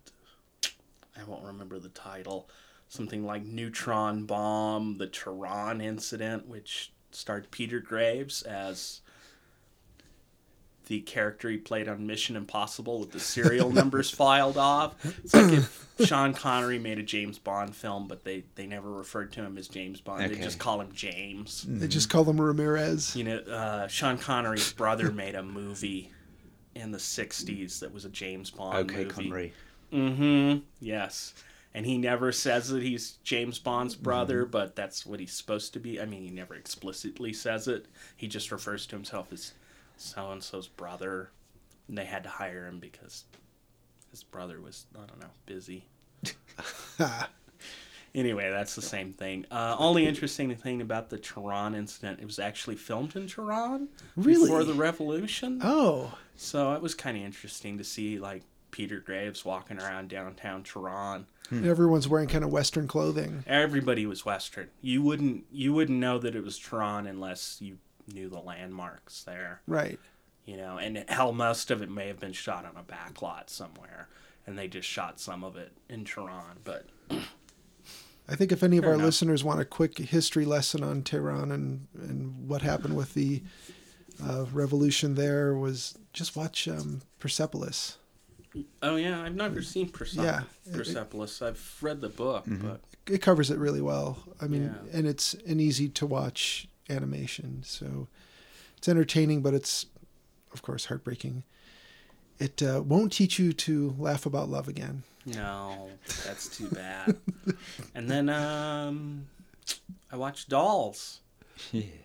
Speaker 1: I won't remember the title. Something like Neutron Bomb, the Tehran Incident, which starred Peter Graves as the character he played on Mission Impossible with the serial numbers filed off. It's like if Sean Connery made a James Bond film, but they, they never referred to him as James Bond. They
Speaker 3: Okay.
Speaker 1: just call him James
Speaker 2: it? They just call them Ramirez.
Speaker 1: you know, uh, Sean Connery's brother made a movie in the '60s that was a James Bond
Speaker 3: Okay,
Speaker 1: movie.
Speaker 3: Connery.
Speaker 1: Mm-hmm. Yes, and he never says that he's James Bond's
Speaker 3: Mm-hmm.
Speaker 1: brother, but that's what he's supposed to be. I mean, he never explicitly says it. He just refers to himself as so and so's brother. And they had to hire him because his brother was, I don't know, busy.
Speaker 2: (laughs)
Speaker 1: Anyway, that's the same thing. Uh, only interesting thing about the Tehran incident, it was actually filmed in Tehran
Speaker 2: Really?
Speaker 1: before the revolution.
Speaker 2: Oh,
Speaker 1: So it was kind of interesting to see like Peter Graves walking around downtown Tehran.
Speaker 2: everyone's wearing kind of Western clothing.
Speaker 1: Everybody was Western. You wouldn't you wouldn't know that it was Tehran unless you knew the landmarks there.
Speaker 2: Right.
Speaker 1: You know, and hell, most of it may have been shot on a back lot somewhere, and they just shot some of it in Tehran. But
Speaker 2: I think if any of
Speaker 1: Fair
Speaker 2: our
Speaker 1: enough.
Speaker 2: listeners want a quick history lesson on Tehran and, and what happened with the uh, revolution there, was just watch um, Persepolis.
Speaker 1: Oh yeah, I've never seen Persep-
Speaker 2: Yeah.
Speaker 1: Persepolis. I've read the book, but
Speaker 2: It covers it really well. I mean,
Speaker 1: Yeah.
Speaker 2: and it's an easy to watch animation, so it's entertaining, but it's of course heartbreaking. It uh, won't teach you to laugh about love again.
Speaker 1: no, that's too bad. and then um, I watched Dolls,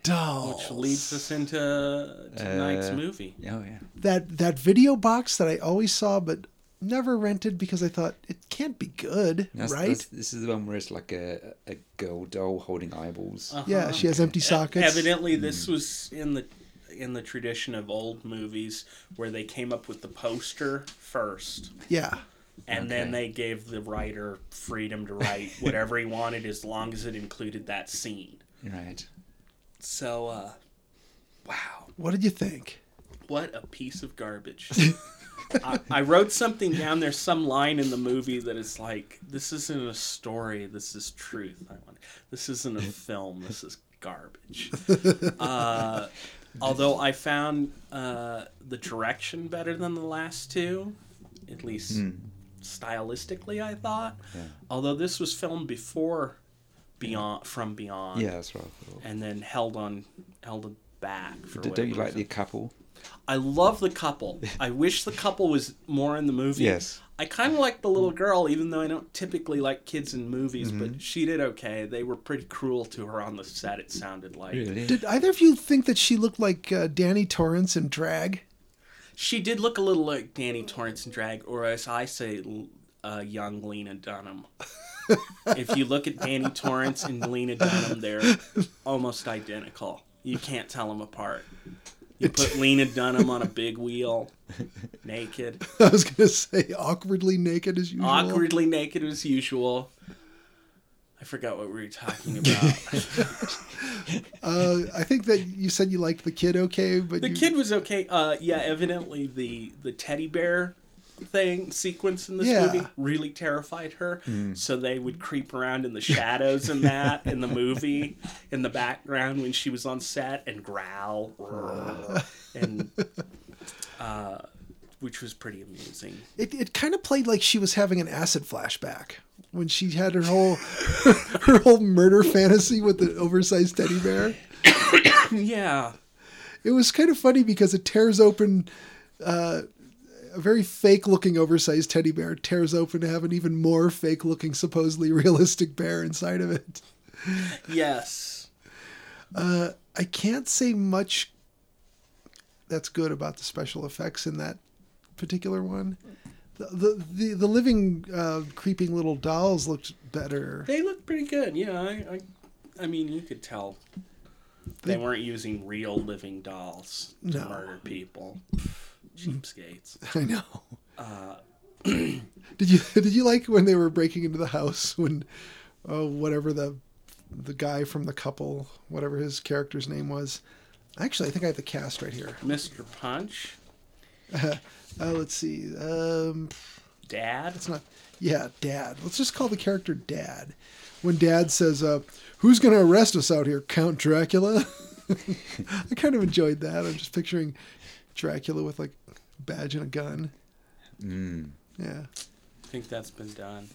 Speaker 2: Dolls.
Speaker 1: which leads us into tonight's
Speaker 3: Uh,
Speaker 1: movie.
Speaker 3: Oh yeah.
Speaker 2: that that video box that I always saw but never rented because I thought it can't be good,
Speaker 3: That's-
Speaker 2: right?
Speaker 3: that's- this is the one where it's like a a girl doll holding eyeballs.
Speaker 1: Uh-huh.
Speaker 2: yeah, she has empty sockets.
Speaker 1: Evidently, this was in the in the tradition of old movies where they came up with the poster first,
Speaker 2: Yeah,
Speaker 1: and then
Speaker 3: Okay.
Speaker 1: they gave the writer freedom to write whatever he wanted as long as it included that scene.
Speaker 3: Right.
Speaker 1: So, uh, wow,
Speaker 2: what did you think?
Speaker 1: what a piece of
Speaker 3: (laughs)
Speaker 1: garbage. I, I wrote something down. There's some line in the movie that is like, "This isn't a story. This is truth." I want. This isn't a film. This is garbage. Uh, although I found uh, the direction better than the last two, at least stylistically, I thought.
Speaker 3: Hmm. Yeah.
Speaker 1: Although this was filmed before Beyond from Beyond
Speaker 3: Yeah, that's what I thought.
Speaker 1: and then held on held back for
Speaker 3: D-
Speaker 1: whatever
Speaker 3: don't you like
Speaker 1: reason.
Speaker 3: the couple?
Speaker 1: I love the couple. I wish the couple was more in the movie.
Speaker 3: Yes.
Speaker 1: I kind of like the little girl, even though I don't typically like kids in movies, but she did okay. They were pretty cruel to her on the set, it sounded like.
Speaker 2: Did either of you think that she looked like uh, Danny Torrance in drag? (laughs)
Speaker 1: She did look a little like Danny Torrance in drag, or as I say, l- uh, young Lena Dunham. if you look at Danny Torrance and Lena Dunham, they're almost identical. You can't tell them apart. You put Lena Dunham on a big wheel, naked,
Speaker 2: I was gonna say awkwardly naked as usual.
Speaker 1: awkwardly naked as usual. I forgot what we
Speaker 2: (laughs)
Speaker 1: were talking about.
Speaker 2: Uh, I think that you said you liked the kid okay, but
Speaker 1: the
Speaker 2: you,
Speaker 1: kid was okay. Uh, yeah, evidently the the teddy bear thing sequence in this
Speaker 2: Yeah. Hmm.
Speaker 1: movie really terrified her. So they would creep around in the shadows and that in the movie in the background when she was on set and growl and uh, which was pretty amusing.
Speaker 2: it, it kind of played like she was having an acid flashback when she had her whole (laughs) her whole murder fantasy with the oversized teddy bear.
Speaker 1: yeah.
Speaker 2: It was kind of funny because it tears open uh, a very fake looking oversized teddy bear, tears open to have an even more fake looking, supposedly (laughs) realistic bear inside of it.
Speaker 1: Yes.
Speaker 2: I can't say much that's good about the special effects in that particular one. The the the, the living uh, creeping little dolls looked better.
Speaker 1: They look pretty good. Yeah, I, I I mean, you could tell they weren't using real living dolls to
Speaker 2: No.
Speaker 1: murder
Speaker 2: (laughs)
Speaker 1: people. Cheapskates.
Speaker 2: I know. did you did you like when they were breaking into the house when, oh whatever the, the guy from the couple whatever his character's name was, actually I think I have the cast right here.
Speaker 1: Mr. Punch,
Speaker 2: Uh, let's see. Um,
Speaker 1: Dad.
Speaker 2: it's not. Yeah, Dad. Let's just call the character Dad. When Dad says, uh, "Who's going to arrest us out here, Count Dracula?" (laughs) I kind of enjoyed that. I'm just picturing Dracula with like a badge and a gun. Mm. Yeah,
Speaker 1: I think that's been done,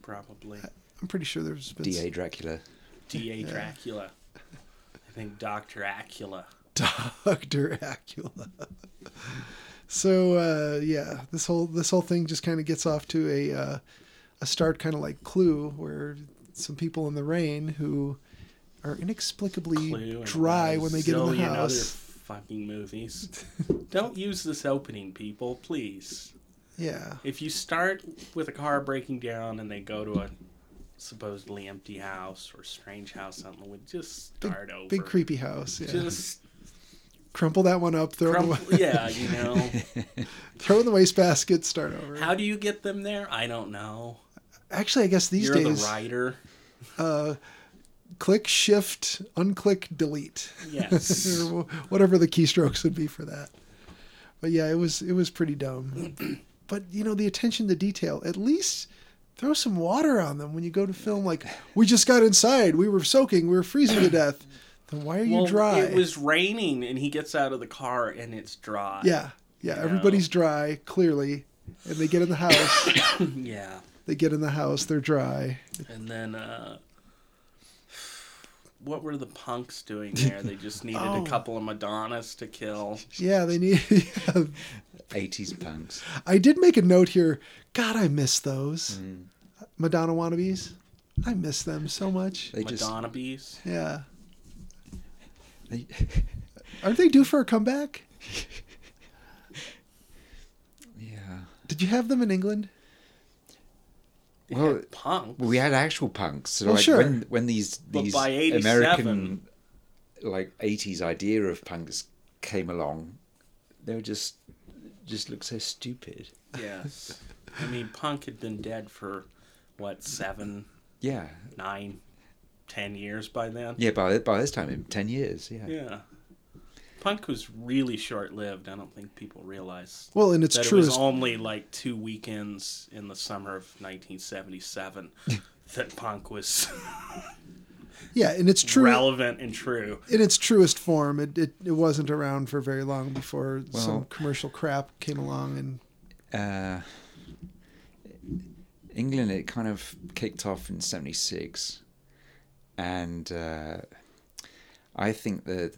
Speaker 1: probably.
Speaker 2: I'm pretty sure there's been
Speaker 3: Da Dracula.
Speaker 1: D.A. Dracula. I think Dr. Acula.
Speaker 2: (laughs) Doctor Acula. so uh, yeah, this whole this whole thing just kind of gets off to a uh, a start, kind of like Clue, where some people in the rain who are inexplicably
Speaker 1: Clue and
Speaker 2: dry
Speaker 1: a
Speaker 2: when they get in the
Speaker 1: zillion other
Speaker 2: house.
Speaker 1: fucking movies. Don't use this opening, people, please.
Speaker 2: Yeah,
Speaker 1: If you start with a car breaking down and they go to a supposedly empty house or strange house out in the woods, just start over.
Speaker 2: big creepy house. Yeah.
Speaker 1: Just
Speaker 2: crumple that one up, throw it in (laughs) the,
Speaker 1: crumple. yeah, you know.
Speaker 2: throw it in the wastebasket, start over.
Speaker 1: How do you get them there? I don't know.
Speaker 2: Actually, I guess these
Speaker 1: You're
Speaker 2: days,
Speaker 1: the
Speaker 2: (laughs)
Speaker 1: writer.
Speaker 2: click shift, unclick, delete.
Speaker 1: Yes.
Speaker 2: (laughs) or wh- whatever the keystrokes would be for that. (clears throat) But yeah, it was it was pretty dumb. but you know, the attention to detail. At least throw some water on them when you go to film. Like, we just got inside, we were soaking, we were freezing to death. Then why are you
Speaker 1: well,
Speaker 2: dry?
Speaker 1: It was raining, and he gets out of the car, and it's dry.
Speaker 2: yeah, yeah. Everybody's dry clearly, and they get in the
Speaker 1: (coughs)
Speaker 2: house.
Speaker 1: yeah.
Speaker 2: they get in the house. They're dry.
Speaker 1: And then, uh, what were the punks doing there?
Speaker 2: (laughs)
Speaker 1: They just needed
Speaker 2: Oh.
Speaker 1: a couple of Madonnas to kill.
Speaker 2: Yeah, they need. (laughs)
Speaker 3: 80s punks.
Speaker 2: I did make a note here. God, I miss those
Speaker 1: Mm.
Speaker 2: Madonna wannabes. I miss them so much.
Speaker 3: They just
Speaker 1: Madonna bees.
Speaker 2: Yeah,
Speaker 3: they, (laughs)
Speaker 2: aren't they due for a comeback?
Speaker 3: yeah.
Speaker 2: Did you have them in England?
Speaker 1: They
Speaker 3: Well,
Speaker 1: had punks.
Speaker 3: Well, we had actual punks. So
Speaker 2: Well,
Speaker 3: like
Speaker 2: sure.
Speaker 3: when when these
Speaker 1: Oh, But
Speaker 3: these
Speaker 1: by 87
Speaker 3: American like 80s idea of punks came along, they were just just looked so stupid.
Speaker 1: yes. I mean, punk had been dead for what seven,
Speaker 3: Yeah.
Speaker 1: nine, ten years by then.
Speaker 3: Yeah, by by this time in 10 years, yeah.
Speaker 1: Yeah. Punk was really short lived. I don't think people realize
Speaker 2: Well, in its
Speaker 1: that it
Speaker 2: truest
Speaker 1: was only like two weekends in the summer of 1977
Speaker 2: (laughs)
Speaker 1: that punk was
Speaker 2: yeah, in its true
Speaker 1: relevant and true.
Speaker 2: in its truest form. It, it it wasn't around for very long before some
Speaker 3: Well-
Speaker 2: commercial crap came along and
Speaker 3: uh, England, it kind of kicked off in '76, and uh, I think the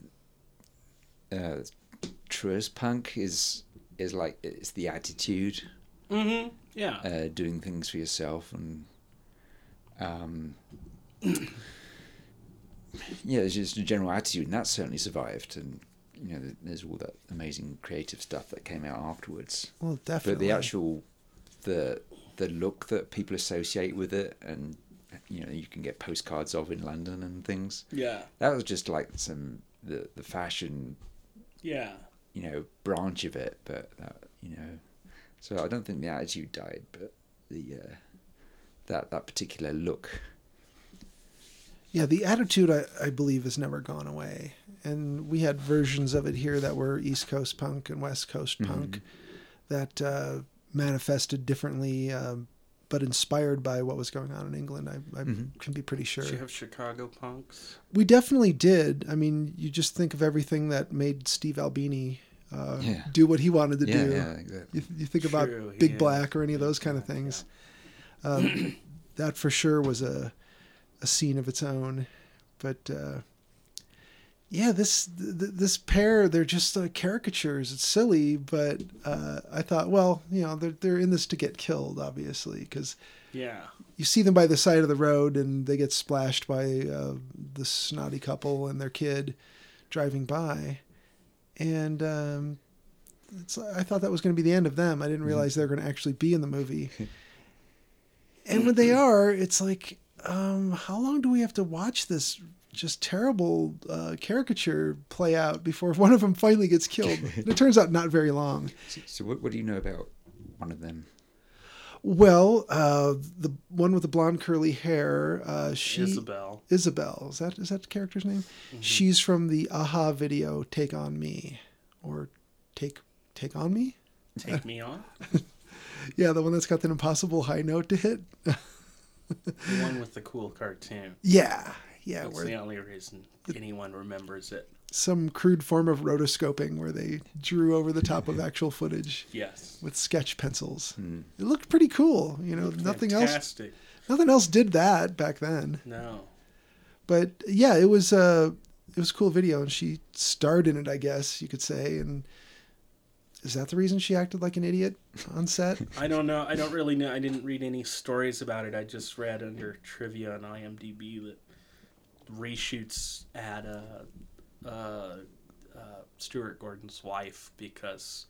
Speaker 3: uh, truest punk is is like it's the attitude,
Speaker 1: hmm Yeah.
Speaker 3: uh, doing things for yourself, and um, (clears throat) yeah, it's just a general attitude, and that certainly survived, and you know, there's all that amazing creative stuff that came out afterwards
Speaker 2: well,
Speaker 3: but
Speaker 2: definitely.
Speaker 3: the actual the the look that people associate with it and you know you can get postcards of in london and things
Speaker 1: Yeah.
Speaker 3: that was just like some the the fashion
Speaker 1: Yeah.
Speaker 3: you know branch of it but that you know so i don't think the attitude died but the uh that that particular look
Speaker 2: Yeah, the attitude I, I believe has never gone away. And we had versions of it here that were East Coast punk and West Coast punk that uh, manifested differently, um, but inspired by what was going on in England. I, I
Speaker 3: Mhm.
Speaker 2: can be pretty sure.
Speaker 1: Did you have Chicago punks?
Speaker 2: We definitely did. I mean, you just think of everything that made Steve Albini uh,
Speaker 3: Yeah.
Speaker 2: do what he wanted to
Speaker 3: yeah
Speaker 2: do.
Speaker 3: yeah exactly
Speaker 2: You, you think about
Speaker 1: True,
Speaker 2: Big
Speaker 1: yeah.
Speaker 2: Black or any of those kind of things. Um, (clears throat) that for sure was a a scene of its own, but uh, yeah, this th- th- this pair they're just uh, caricatures. It's silly, but uh, I thought, well, you know, they're they're in this to get killed, obviously, because
Speaker 1: Yeah.
Speaker 2: you see them by the side of the road and they get splashed by uh, the snotty couple and their kid driving by and um, it's, i thought that was going to be the end of them i didn't realize they were going to actually be in the movie and when they are it's like um, how long do we have to watch this just terrible uh, caricature play out before one of them finally gets killed and it turns out not very long
Speaker 3: so, so what, what do you know about one of them
Speaker 2: well uh, the one with the blonde curly hair uh, she
Speaker 1: Isabel. Mm-hmm.
Speaker 2: Isabel. Is that is that the character's name? She's from the Aha video "Take on Me," or "Take Take on Me."
Speaker 1: Take me on.
Speaker 2: Yeah, the one that's got that impossible high note to hit.
Speaker 1: The one with the cool cartoon.
Speaker 2: Yeah, yeah,
Speaker 1: That's
Speaker 2: where
Speaker 1: the only reason anyone remembers it.
Speaker 2: some crude form of rotoscoping where they drew over the top
Speaker 1: (laughs)
Speaker 2: of actual footage
Speaker 1: Yes.
Speaker 2: with sketch pencils. It looked pretty cool. You know, nothing else.
Speaker 1: Fantastic.
Speaker 2: Nothing else did that back then.
Speaker 1: No.
Speaker 2: but yeah, it was uh, it was a cool video, and she starred in it, I guess you could say. And is that the reason she acted like an idiot on set?
Speaker 1: I don't know. I don't really know. I didn't read any stories about it. I just read under trivia on IMDb that reshoots at uh, uh, uh, Stuart Gordon's wife because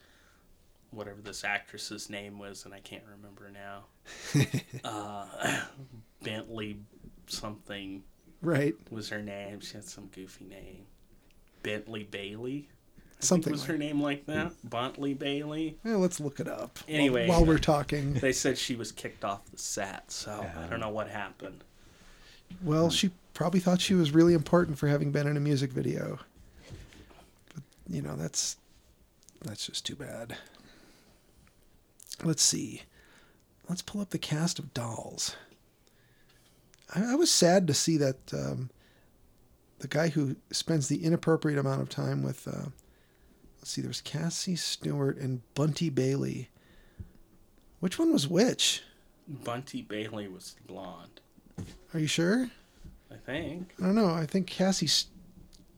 Speaker 1: whatever this actress's name was, and I can't remember
Speaker 2: (laughs)
Speaker 1: now, uh, (coughs) Bentley something
Speaker 2: right,
Speaker 1: was her name. She had some goofy name. Bentley Bailey. I think
Speaker 2: something.
Speaker 1: was
Speaker 2: Like.
Speaker 1: her name like that. Bentley (laughs) Bailey.
Speaker 2: Eh, let's look it up. while-
Speaker 1: Anyway.
Speaker 2: while, we're
Speaker 1: (laughs)
Speaker 2: talking,
Speaker 1: They said she was kicked off the set, so I don't know what happened.
Speaker 2: well, she probably thought she was really important for having been in a music video, but you know that's that's just too bad. Let's see. let's pull up the cast of Dolls. I, I was sad to see that um, the guy who spends the inappropriate amount of time with, uh, let's see, there's Cassie Stewart and Bunty Bailey. Which one was which?
Speaker 1: Bunty Bailey was blonde,
Speaker 2: Are you sure?
Speaker 1: I think.
Speaker 2: I don't know. I think Cassie S-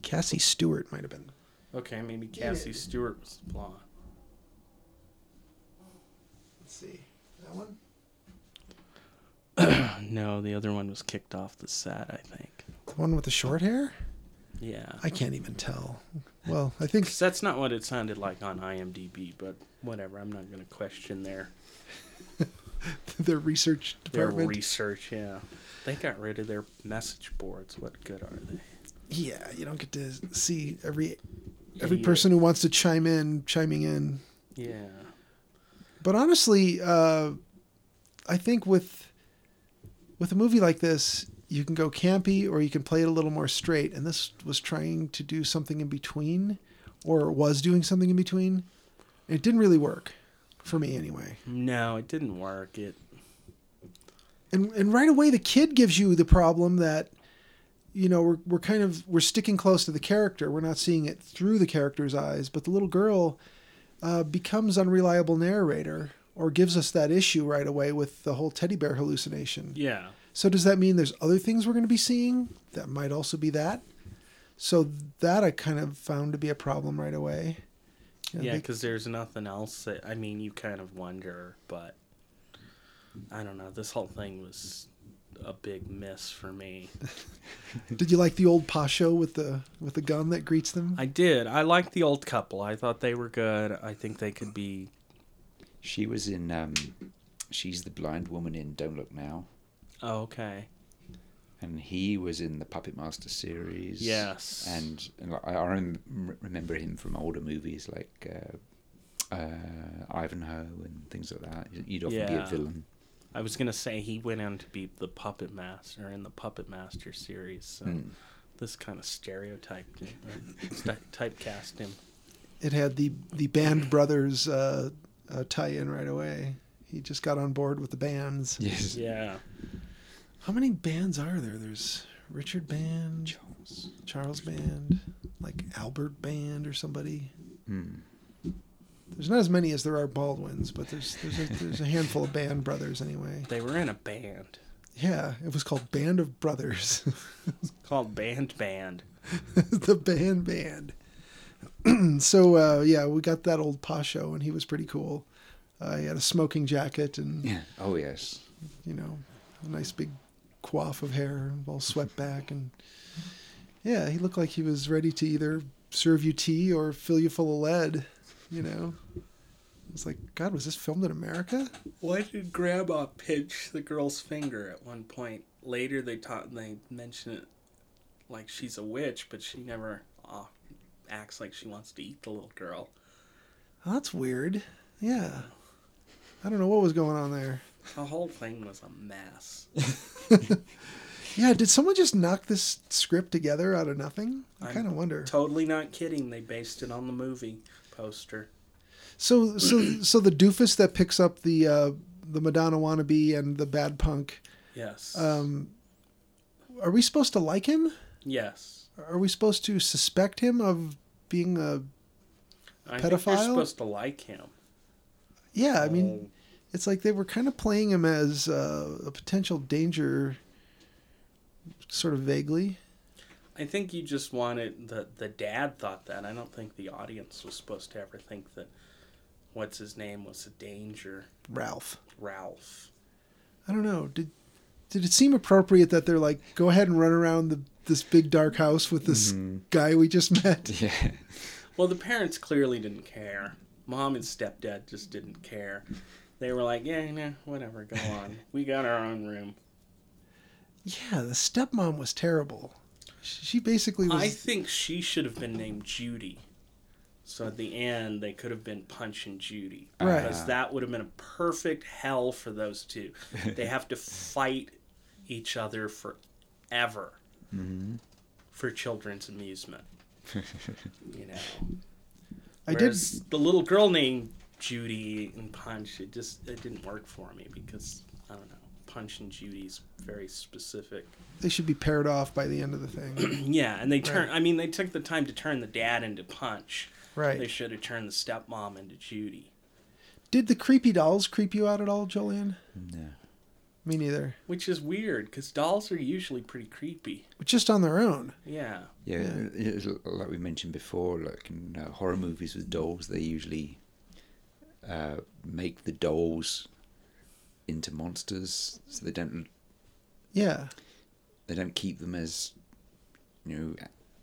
Speaker 2: Cassie Stewart might have been.
Speaker 1: Okay, maybe Cassie Stewart was blonde.
Speaker 2: Let's see that one.
Speaker 1: Uh, No, the other one was kicked off the set, I think.
Speaker 2: The one with the short hair.
Speaker 1: Yeah.
Speaker 2: I can't even tell. Well, I think (laughs)
Speaker 1: 'Cause that's not what it sounded like on IMDb, but whatever. I'm not going to question their
Speaker 2: their research
Speaker 1: their
Speaker 2: department.
Speaker 1: research. Yeah, they got rid of their message boards. What good are they?
Speaker 2: yeah, you don't get to see every
Speaker 1: Yeah,
Speaker 2: every
Speaker 1: you-
Speaker 2: person who wants to chime in chiming in.
Speaker 1: Yeah,
Speaker 2: But honestly, uh, I think with with a movie like this, you can go campy or you can play it a little more straight. And this was trying to do something in between, or was doing something in between. It didn't really work for me anyway.
Speaker 1: no, it didn't work. It
Speaker 2: And and right away, the kid gives you the problem that you know we're we're kind of we're sticking close to the character. We're not seeing it through the character's eyes, but the little girl uh, becomes unreliable narrator or gives us that issue right away with the whole teddy bear hallucination.
Speaker 1: yeah,
Speaker 2: So does that mean there's other things we're going to be seeing? That might also be that. So that I kind of found to be a problem right away. You know,
Speaker 1: yeah,
Speaker 2: they-
Speaker 1: because there's nothing else that I mean. You kind of wonder, but I don't know. This whole thing was a big miss for me.
Speaker 2: did you like the old Pasho with the with the gun that greets them?
Speaker 1: I did. I liked the old couple. I thought they were good. I think they could be.
Speaker 3: She was in. Um, she's the blind woman in Don't Look Now,
Speaker 1: Oh, okay.
Speaker 3: and he was in the Puppet Master series.
Speaker 1: Yes.
Speaker 3: and, and like, I I rem- remember him from older movies like uh, uh, Ivanhoe and things like that. You'd often be a
Speaker 1: Yeah.
Speaker 3: villain.
Speaker 1: I was gonna say he went on to be the puppet master in the Puppet Master series. So
Speaker 3: Hmm.
Speaker 1: this kind of stereotyped him, or st- typecast him.
Speaker 2: It had the the band brothers uh, uh, tie in right away. He just got on board with the bands.
Speaker 3: (laughs) Yes.
Speaker 1: Yeah,
Speaker 2: How many bands are there? There's Richard Band,
Speaker 3: Charles.
Speaker 2: Charles Band, like Albert Band or somebody.
Speaker 3: Hmm.
Speaker 2: There's not as many as there are Baldwins, but there's there's a, there's a handful of band brothers anyway.
Speaker 1: they were in a band
Speaker 2: Yeah, it was called Band of Brothers, (laughs)
Speaker 1: called Band Band.
Speaker 2: the band band. (clears throat) so uh, yeah, we got that old Pasho, and he was pretty cool. Uh, he had a smoking jacket and
Speaker 3: Yeah. Oh yes.
Speaker 2: you know a nice big coif of hair, all swept back, and yeah, he looked like he was ready to either serve you tea or fill you full of lead. You know, it's like God, was this filmed in America?
Speaker 1: Why did Grandma pinch the girl's finger at one point? Later, they taught they mention it like she's a witch, but she never uh, acts like she wants to eat the little girl.
Speaker 2: Oh, that's weird. Yeah, I don't know what was going on there.
Speaker 1: The whole thing was a
Speaker 2: (laughs)
Speaker 1: mess.
Speaker 2: Yeah, did someone just knock this script together out of nothing? I
Speaker 1: I'm
Speaker 2: kind of wonder.
Speaker 1: totally not kidding. They based it on the movie poster.
Speaker 2: so, so, so the doofus that picks up the uh, the Madonna wannabe and the bad punk.
Speaker 1: Yes.
Speaker 2: Um, are we supposed to like him?
Speaker 1: yes.
Speaker 2: Are we supposed to suspect him of being a?
Speaker 1: I think you're
Speaker 2: pedophile?
Speaker 1: supposed to like him.
Speaker 2: Yeah, I mean, it's like they were kind of playing him as uh, a potential danger, sort of vaguely.
Speaker 1: I think you just wanted the the dad thought that. I don't think the audience was supposed to ever think that. What's his name was a danger,
Speaker 2: Ralph.
Speaker 1: Ralph.
Speaker 2: I don't know. Did did it seem appropriate that they're like, go ahead and run around the this big dark house with this guy we just (laughs) met?
Speaker 3: (laughs) Yeah.
Speaker 1: Well, the parents clearly didn't care. Mom and stepdad just didn't care. They were like, yeah, nah, whatever, go on. We got our own room.
Speaker 2: Yeah, the stepmom was terrible. Sh- She basically was.
Speaker 1: I think she should have been named Judy. So at the end, they could have been Punch and Judy.
Speaker 2: Right.
Speaker 1: Because that would have been a perfect hell for those two. they have to fight each other forever for children's amusement. you know?
Speaker 2: I, did.
Speaker 1: Whereas The little girl named Judy and Punch, it just it didn't work for me because I don't know. Punch and Judy's
Speaker 2: (clears throat)
Speaker 1: very specific.
Speaker 2: They should be paired off by the end of the thing.
Speaker 1: yeah, and they turn. I mean, they took the time to turn the dad into Punch.
Speaker 2: (coughs)
Speaker 1: They
Speaker 2: Right.
Speaker 1: should have turned the stepmom into Judy.
Speaker 2: Did the creepy dolls creep you out at all, Jolene?
Speaker 3: No.
Speaker 2: Me neither.
Speaker 1: Which is weird because dolls are usually pretty creepy.
Speaker 2: But just on their own.
Speaker 1: Yeah.
Speaker 3: Yeah, it's l- like we mentioned before, like in uh, horror movies with dolls, they usually uh, make the dolls into monsters, so they don't
Speaker 2: Yeah.
Speaker 3: they don't keep them as you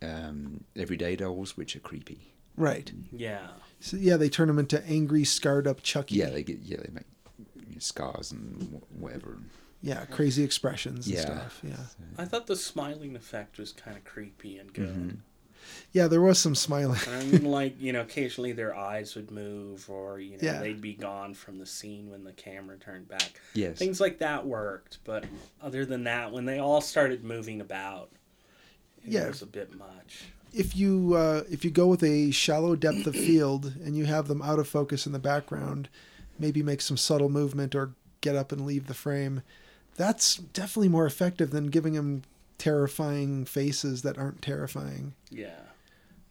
Speaker 3: know um, everyday dolls, which are creepy.
Speaker 2: Right.
Speaker 1: Yeah.
Speaker 2: So, yeah, they turn them into angry, scarred up Chucky.
Speaker 3: Yeah, they get yeah they make you know, scars and wh- whatever.
Speaker 2: Yeah, crazy expressions and
Speaker 3: Yeah.
Speaker 2: stuff. Yeah.
Speaker 1: I thought the smiling effect was kind of creepy and good.
Speaker 2: Mm-hmm. Yeah, there was some smiling. (laughs)
Speaker 1: I mean, like you know, occasionally their eyes would move, or you know,
Speaker 2: Yeah.
Speaker 1: they'd be gone from the scene when the camera turned back.
Speaker 3: Yes.
Speaker 1: Things like that worked, but other than that, when they all started moving about, it
Speaker 2: Yeah.
Speaker 1: was a bit much.
Speaker 2: if you uh, if you go with a shallow depth of field and you have them out of focus in the background, maybe make some subtle movement or get up and leave the frame. That's definitely more effective than giving them terrifying faces that aren't terrifying.
Speaker 1: Yeah.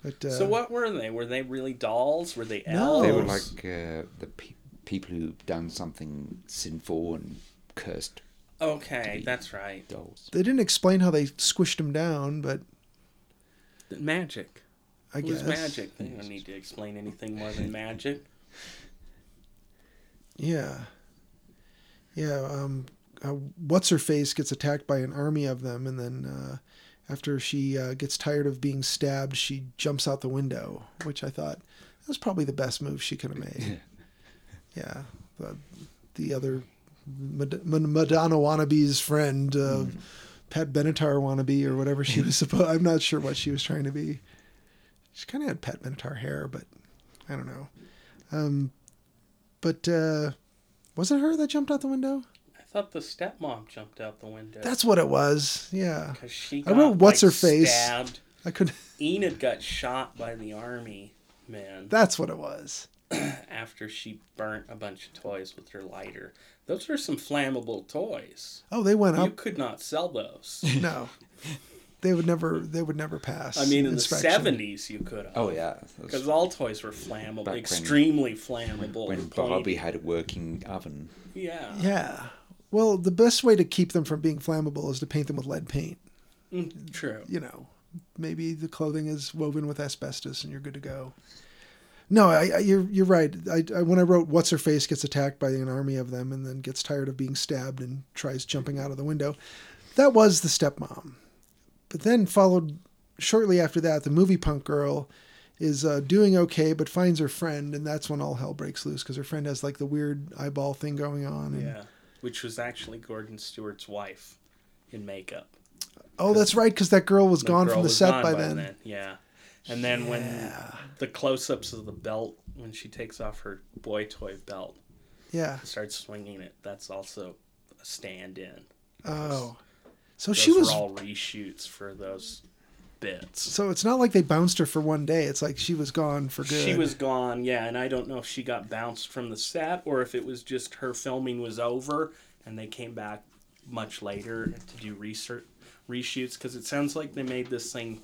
Speaker 2: But uh,
Speaker 1: so what were they? Were they really dolls? Were they
Speaker 2: No.
Speaker 1: elves?
Speaker 3: They were like uh, the pe- people who've done something sinful and cursed
Speaker 1: okay, that's right.
Speaker 3: dolls.
Speaker 2: They didn't explain how they squished them down, but
Speaker 1: Magic.
Speaker 2: I
Speaker 1: It
Speaker 2: guess
Speaker 1: was magic. They don't need to explain anything more than magic.
Speaker 2: Yeah. Yeah. Um, uh, What's her face gets attacked by an army of them, and then uh, after she uh, gets tired of being stabbed, she jumps out the window, which I thought that was probably the best move she could have made. yeah. The, the other Mad- Mad- Madonna wannabe's friend, uh, Pat Benatar wannabe, or whatever she was supposed. I'm not sure what she was trying to be. She kind of had Pat Benatar hair, but I don't know. Um, but uh, was it her that jumped out the window?
Speaker 1: I thought the stepmom jumped out the window.
Speaker 2: That's what it was. Yeah,
Speaker 1: because she.
Speaker 2: I wrote
Speaker 1: got,
Speaker 2: what's
Speaker 1: like,
Speaker 2: her face.
Speaker 1: Stabbed.
Speaker 2: I could. (laughs)
Speaker 1: Enid got shot by the army man
Speaker 2: That's what it was.
Speaker 1: after she burnt a bunch of toys with her lighter. Those are some flammable toys.
Speaker 2: Oh, they went
Speaker 1: You
Speaker 2: up.
Speaker 1: could not sell those.
Speaker 2: No, they would never. They would never pass.
Speaker 1: I mean, in the
Speaker 2: inspection.
Speaker 1: seventies, you could have.
Speaker 3: Oh yeah, that's-
Speaker 1: Because all toys were flammable,
Speaker 3: Back when-
Speaker 1: extremely flammable.
Speaker 3: when
Speaker 1: and pointy.
Speaker 3: Barbie had a working oven.
Speaker 1: yeah.
Speaker 2: Yeah. Well, the best way to keep them from being flammable is to paint them with lead paint.
Speaker 1: Mm, true.
Speaker 2: You know, maybe the clothing is woven with asbestos, and you're good to go. No, I, I, you're you're right. I, I when I wrote "What's her face gets attacked by an army of them and then gets tired of being stabbed and tries jumping out of the window," that was the stepmom. But then followed shortly after that, the movie punk girl is uh, doing okay, but finds her friend, and that's when all hell breaks loose because her friend has like the weird eyeball thing going on. And,
Speaker 1: Yeah. Which was actually Gordon Stewart's wife in makeup.
Speaker 2: Oh, that's right, because that girl was
Speaker 1: The
Speaker 2: gone
Speaker 1: girl
Speaker 2: from the
Speaker 1: was
Speaker 2: set
Speaker 1: gone
Speaker 2: by, then.
Speaker 1: Yeah. And then when the close-ups of the belt, when she takes off her boy toy belt,
Speaker 2: Yeah.
Speaker 1: starts swinging it. That's also a stand-in.
Speaker 2: Oh. So
Speaker 1: Those
Speaker 2: she was.
Speaker 1: were all reshoots for those bits.
Speaker 2: So it's not like they bounced her for one day. It's like she was gone for good.
Speaker 1: She was gone, yeah, and I don't know if she got bounced from the set or if it was just her filming was over and they came back much later to do research reshoots because it sounds like they made this thing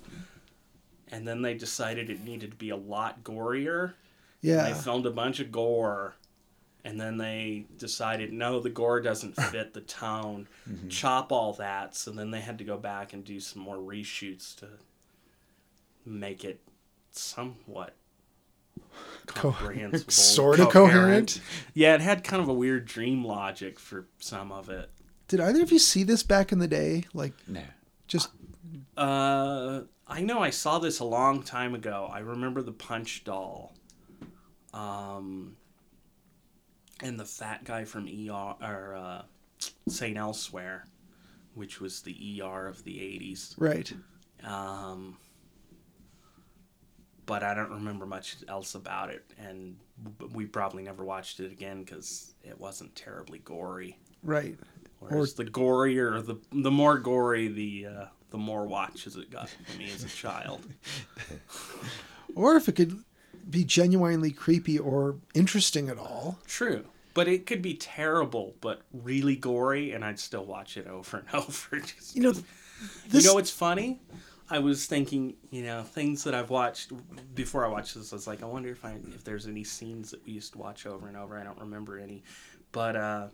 Speaker 1: and then they decided it needed to be a lot gorier They
Speaker 2: Yeah.
Speaker 1: filmed a bunch of gore, and then they decided, no, the gore doesn't fit the tone.
Speaker 2: Mm-hmm.
Speaker 1: Chop all that. So then they had to go back and do some more reshoots to make it
Speaker 2: (laughs)
Speaker 1: somewhat
Speaker 2: Co- (laughs)
Speaker 1: comprehensible.
Speaker 2: Sort of coherent.
Speaker 1: Yeah, it had kind of a weird dream logic for some of it.
Speaker 2: Did either of you see this back in the day? Like,
Speaker 3: No.
Speaker 2: just
Speaker 1: Uh, I know I saw this a long time ago. I remember the Punch Doll, um, and the fat guy from ER or uh, Saint Elsewhere, which was the ER of the '80s.
Speaker 2: right.
Speaker 1: Um, but I don't remember much else about it, and w- we probably never watched it again because it wasn't terribly gory.
Speaker 2: Right.
Speaker 1: Whereas the gorier, the the more gory, the uh, the more watches it got for me as a child.
Speaker 2: Or if it could be genuinely creepy or interesting at all.
Speaker 1: True. But it could be terrible, but really gory, and I'd still watch it over and (laughs) over. Just,
Speaker 2: You know,
Speaker 1: you
Speaker 2: this
Speaker 1: know what's funny? I was thinking, you know, things that I've watched before I watched this. I was like, I wonder if I if there's any scenes that we used to watch over and over. I don't remember any, but uh,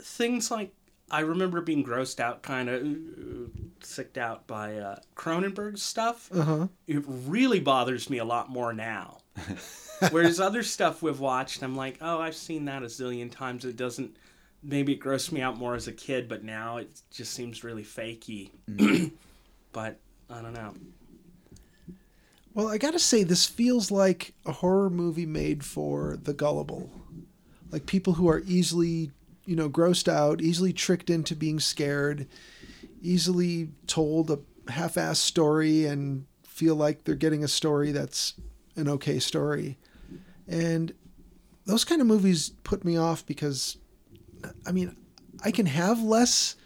Speaker 1: things like I remember being grossed out, kind of sicked out by uh, Cronenberg's stuff.
Speaker 2: Uh-huh.
Speaker 1: It really bothers me a lot
Speaker 2: (laughs)
Speaker 1: more now. Whereas other stuff we've watched, I'm like, oh, I've seen that a zillion times. It doesn't. Maybe it grossed me out more as a kid, but now it just seems really fakey.
Speaker 2: Mm.
Speaker 1: (clears throat) but I don't know.
Speaker 2: Well, I gotta say, this feels like a horror movie made for the gullible, like people who are easily, you know, grossed out, easily tricked into being scared, easily told a half-assed story and feel like they're getting a story that's an okay story, and those kind of movies put me off because, I mean, I can have less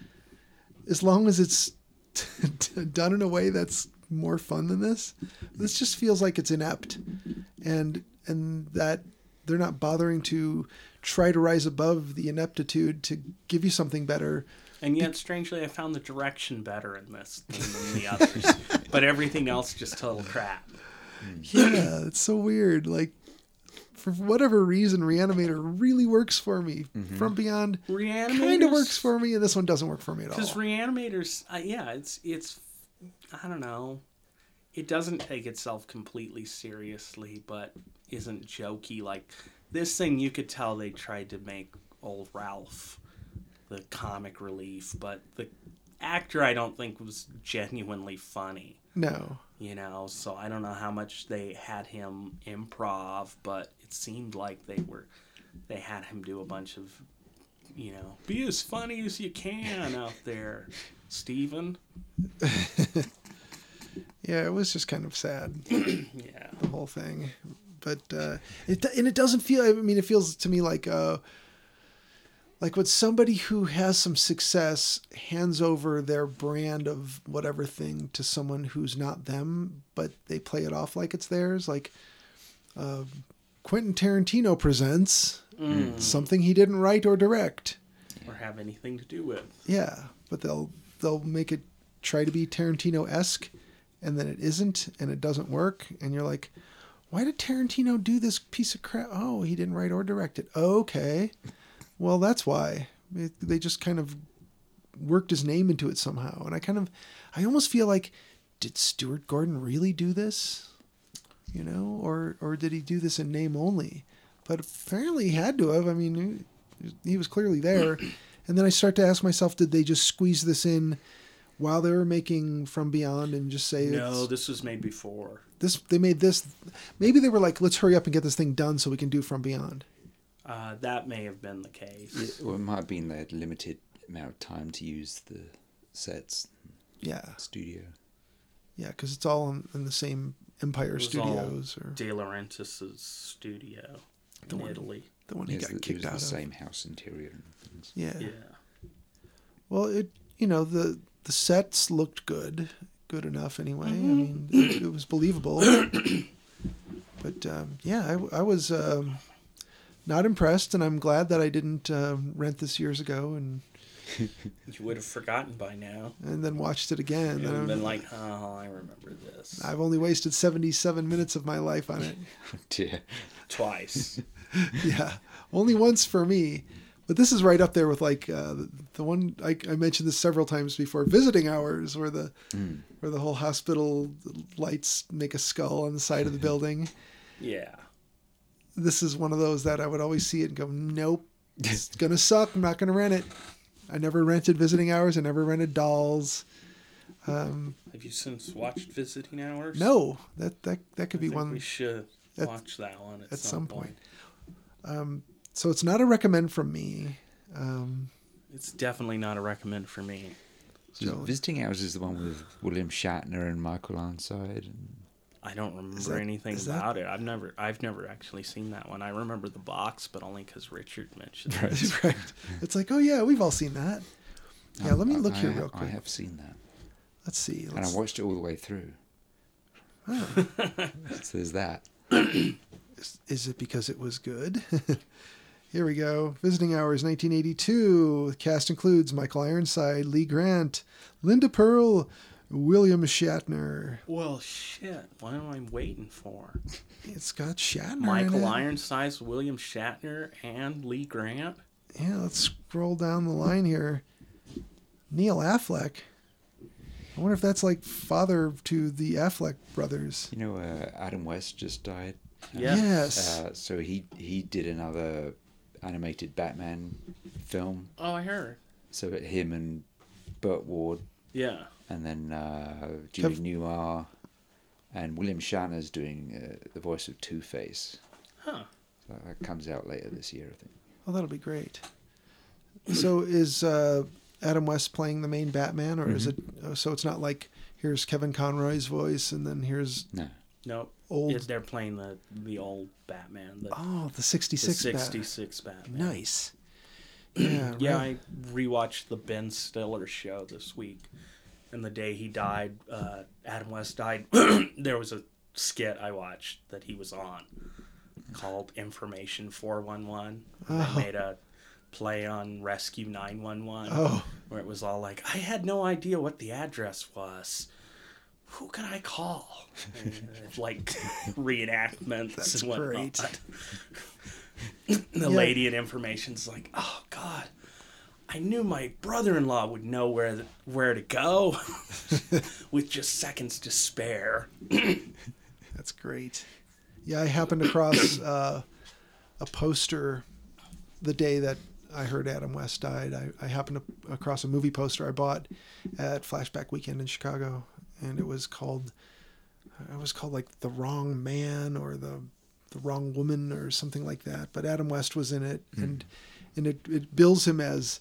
Speaker 2: as long as it's (laughs) done in a way that's more fun than this. This just feels like it's inept, and and that they're not bothering to try to rise above the ineptitude to give you something better.
Speaker 1: And yet, strangely, I found the direction better in this than in
Speaker 2: (laughs)
Speaker 1: the others. but everything else just total crap.
Speaker 2: Yeah, Uh, it's so weird. Like for whatever reason, Reanimator really works for me. From Beyond
Speaker 1: Reanimators
Speaker 2: kind of works for me, and this one doesn't work for me at
Speaker 1: because
Speaker 2: all.
Speaker 1: reanimators. Uh, yeah, it's it's. I don't know. It doesn't take itself completely seriously, but isn't jokey like this thing. You could tell they tried to make old Ralph the comic relief, but the actor I don't think was genuinely funny
Speaker 2: no.
Speaker 1: you know so i don't know how much they had him improv but it seemed like they were they had him do a bunch of you know be as funny as you can out there steven
Speaker 2: Yeah, it was just kind of sad.
Speaker 1: yeah
Speaker 2: the whole thing. But uh, it and it doesn't feel. I mean, it feels to me like uh, like when somebody who has some success hands over their brand of whatever thing to someone who's not them, but they play it off like it's theirs. Like uh, Quentin Tarantino presents something he didn't write or direct.
Speaker 1: or have anything to do with
Speaker 2: Yeah, but they'll they'll make it try to be Tarantino esque, and then it isn't, and it doesn't work, and you're like, why did Tarantino do this piece of crap? Oh, he didn't write or direct it. Okay, well that's why it, they just kind of worked his name into it somehow, and I kind of, I almost feel like, did Stuart Gordon really do this? You know, or or did he do this in name only? But apparently he had to have. I mean, he- he was clearly there. And then I start to ask myself, did they just squeeze this in while they were making From Beyond and just say,
Speaker 1: no
Speaker 2: it's-
Speaker 1: this was made before
Speaker 2: this they made this? Maybe they were like, let's hurry up and get this thing done so we can do From Beyond.
Speaker 1: uh, that may have been the case
Speaker 3: Or it might have been they had limited amount of time to use the sets,
Speaker 2: Yeah,
Speaker 3: studio.
Speaker 2: yeah, because it's all in, in the same Empire
Speaker 1: was all
Speaker 2: Studios or
Speaker 1: de laurentis's studio in italy
Speaker 2: the one he
Speaker 3: It was
Speaker 2: got
Speaker 3: the- it was
Speaker 2: kicked
Speaker 3: the
Speaker 2: out of.
Speaker 3: same house interior and (laughs) things.
Speaker 1: yeah
Speaker 2: Well, it you know the the sets looked good, good enough anyway. I mean, it, it was believable. but um, yeah, I, I was um, not impressed, and I'm glad that I didn't um, rent this years ago and
Speaker 1: you would have forgotten by now
Speaker 2: and then watched it again.
Speaker 1: it would
Speaker 2: And
Speaker 1: have been
Speaker 2: I'm-
Speaker 1: like oh i remember this
Speaker 2: I've only wasted 77 minutes of my life on it.
Speaker 3: Oh dear.
Speaker 2: (laughs)
Speaker 1: twice
Speaker 2: yeah, only once for me. But this is right up there with like uh, the, the one I, I mentioned this several times before. Visiting hours, where the
Speaker 3: Mm.
Speaker 2: where the whole hospital lights make a skull on the side
Speaker 3: (laughs)
Speaker 2: of the building.
Speaker 1: yeah
Speaker 2: This is one of those that I would always see it and go, nope,
Speaker 3: (laughs)
Speaker 2: it's gonna suck. I'm not gonna rent it. I never rented visiting hours. I never rented dolls.
Speaker 1: have you since watched visiting hours
Speaker 2: No, that that that could be
Speaker 1: think
Speaker 2: one.
Speaker 1: we should
Speaker 2: at-
Speaker 1: watch that one at,
Speaker 2: at
Speaker 1: some,
Speaker 2: some
Speaker 1: point.
Speaker 2: point. so it's not a recommend from me. Um, (laughs)
Speaker 1: It's definitely not a recommend for me.
Speaker 2: so
Speaker 3: Visiting Hours is the one with William Shatner and Michael Ironside. And
Speaker 1: I don't remember
Speaker 2: that-
Speaker 1: anything
Speaker 2: is that-
Speaker 1: about it. I've never, I've never actually seen that one. I remember the box, but only because Richard mentioned
Speaker 2: (laughs)
Speaker 1: it.
Speaker 2: right. It's like, oh yeah, we've all seen that. Yeah, let me
Speaker 3: I-
Speaker 2: look
Speaker 3: I
Speaker 2: here
Speaker 3: ha-
Speaker 2: real
Speaker 3: I
Speaker 2: quick.
Speaker 3: have seen that.
Speaker 2: Let's see.
Speaker 3: And I
Speaker 2: Let's,
Speaker 3: watched it all the way through. so there's that.
Speaker 2: Is, is it because it was good? (laughs) Here we go. Visiting Hours 1982. The cast includes Michael Ironside, Lee Grant, Linda Pearl, William Shatner.
Speaker 1: Well, shit. What am I waiting for?
Speaker 2: It's got Shatner. in
Speaker 1: Michael
Speaker 2: it.
Speaker 1: Ironsides, William Shatner, and Lee Grant.
Speaker 2: Yeah, let's scroll down the line here. Neil Affleck. I wonder if that's like father to the Affleck brothers.
Speaker 3: You know, uh, Adam West just died.
Speaker 1: Yeah.
Speaker 2: Yes.
Speaker 3: Uh, so he he did another animated Batman film.
Speaker 1: Oh, I heard.
Speaker 3: So it- him and Burt Ward,
Speaker 1: Yeah.
Speaker 3: and then uh, Julie
Speaker 2: Kev-
Speaker 3: Newmar, and William Shatner's doing uh, the voice of Two Face.
Speaker 1: Huh.
Speaker 3: That, that comes out later this year, I think.
Speaker 2: Oh, that'll be great. So is uh, Adam West playing the main Batman, or is it?
Speaker 1: Mm-hmm.
Speaker 2: oh, So it's not like here's Kevin Conroy's voice, and then here's
Speaker 3: No,
Speaker 1: No.
Speaker 2: Old-
Speaker 1: They're playing the the old Batman, the,
Speaker 2: oh the
Speaker 1: the
Speaker 2: '66 Batman.
Speaker 1: '66 Batman.
Speaker 2: Nice. Yeah.
Speaker 1: Yeah,
Speaker 2: right.
Speaker 1: I rewatched the Ben Stiller show this week, and the day he died, uh, Adam West died. (clears throat) there was a skit I watched that he was on called "Information 411."
Speaker 2: Oh.
Speaker 1: They made a play on Rescue 911,
Speaker 2: Oh.
Speaker 1: where it was all like, "I had no idea what the address was." Who can I
Speaker 2: (laughs)
Speaker 1: call? And it's like (laughs) reenactments
Speaker 2: That's
Speaker 1: and whatnot.
Speaker 2: great.
Speaker 1: The
Speaker 2: Yeah.
Speaker 1: lady at information's like, "Oh God, I knew my brother-in-law would know where th- where
Speaker 2: (laughs)
Speaker 1: to go with just seconds to spare."
Speaker 2: That's great. Yeah, I happened across (coughs) uh, a poster the day that I heard Adam West died. I, I happened to, across a movie poster I bought at Flashback Weekend in Chicago, and it was called it was called like the Wrong Man or the the Wrong Woman or something like that. But Adam West was in it, and and it, it bills him as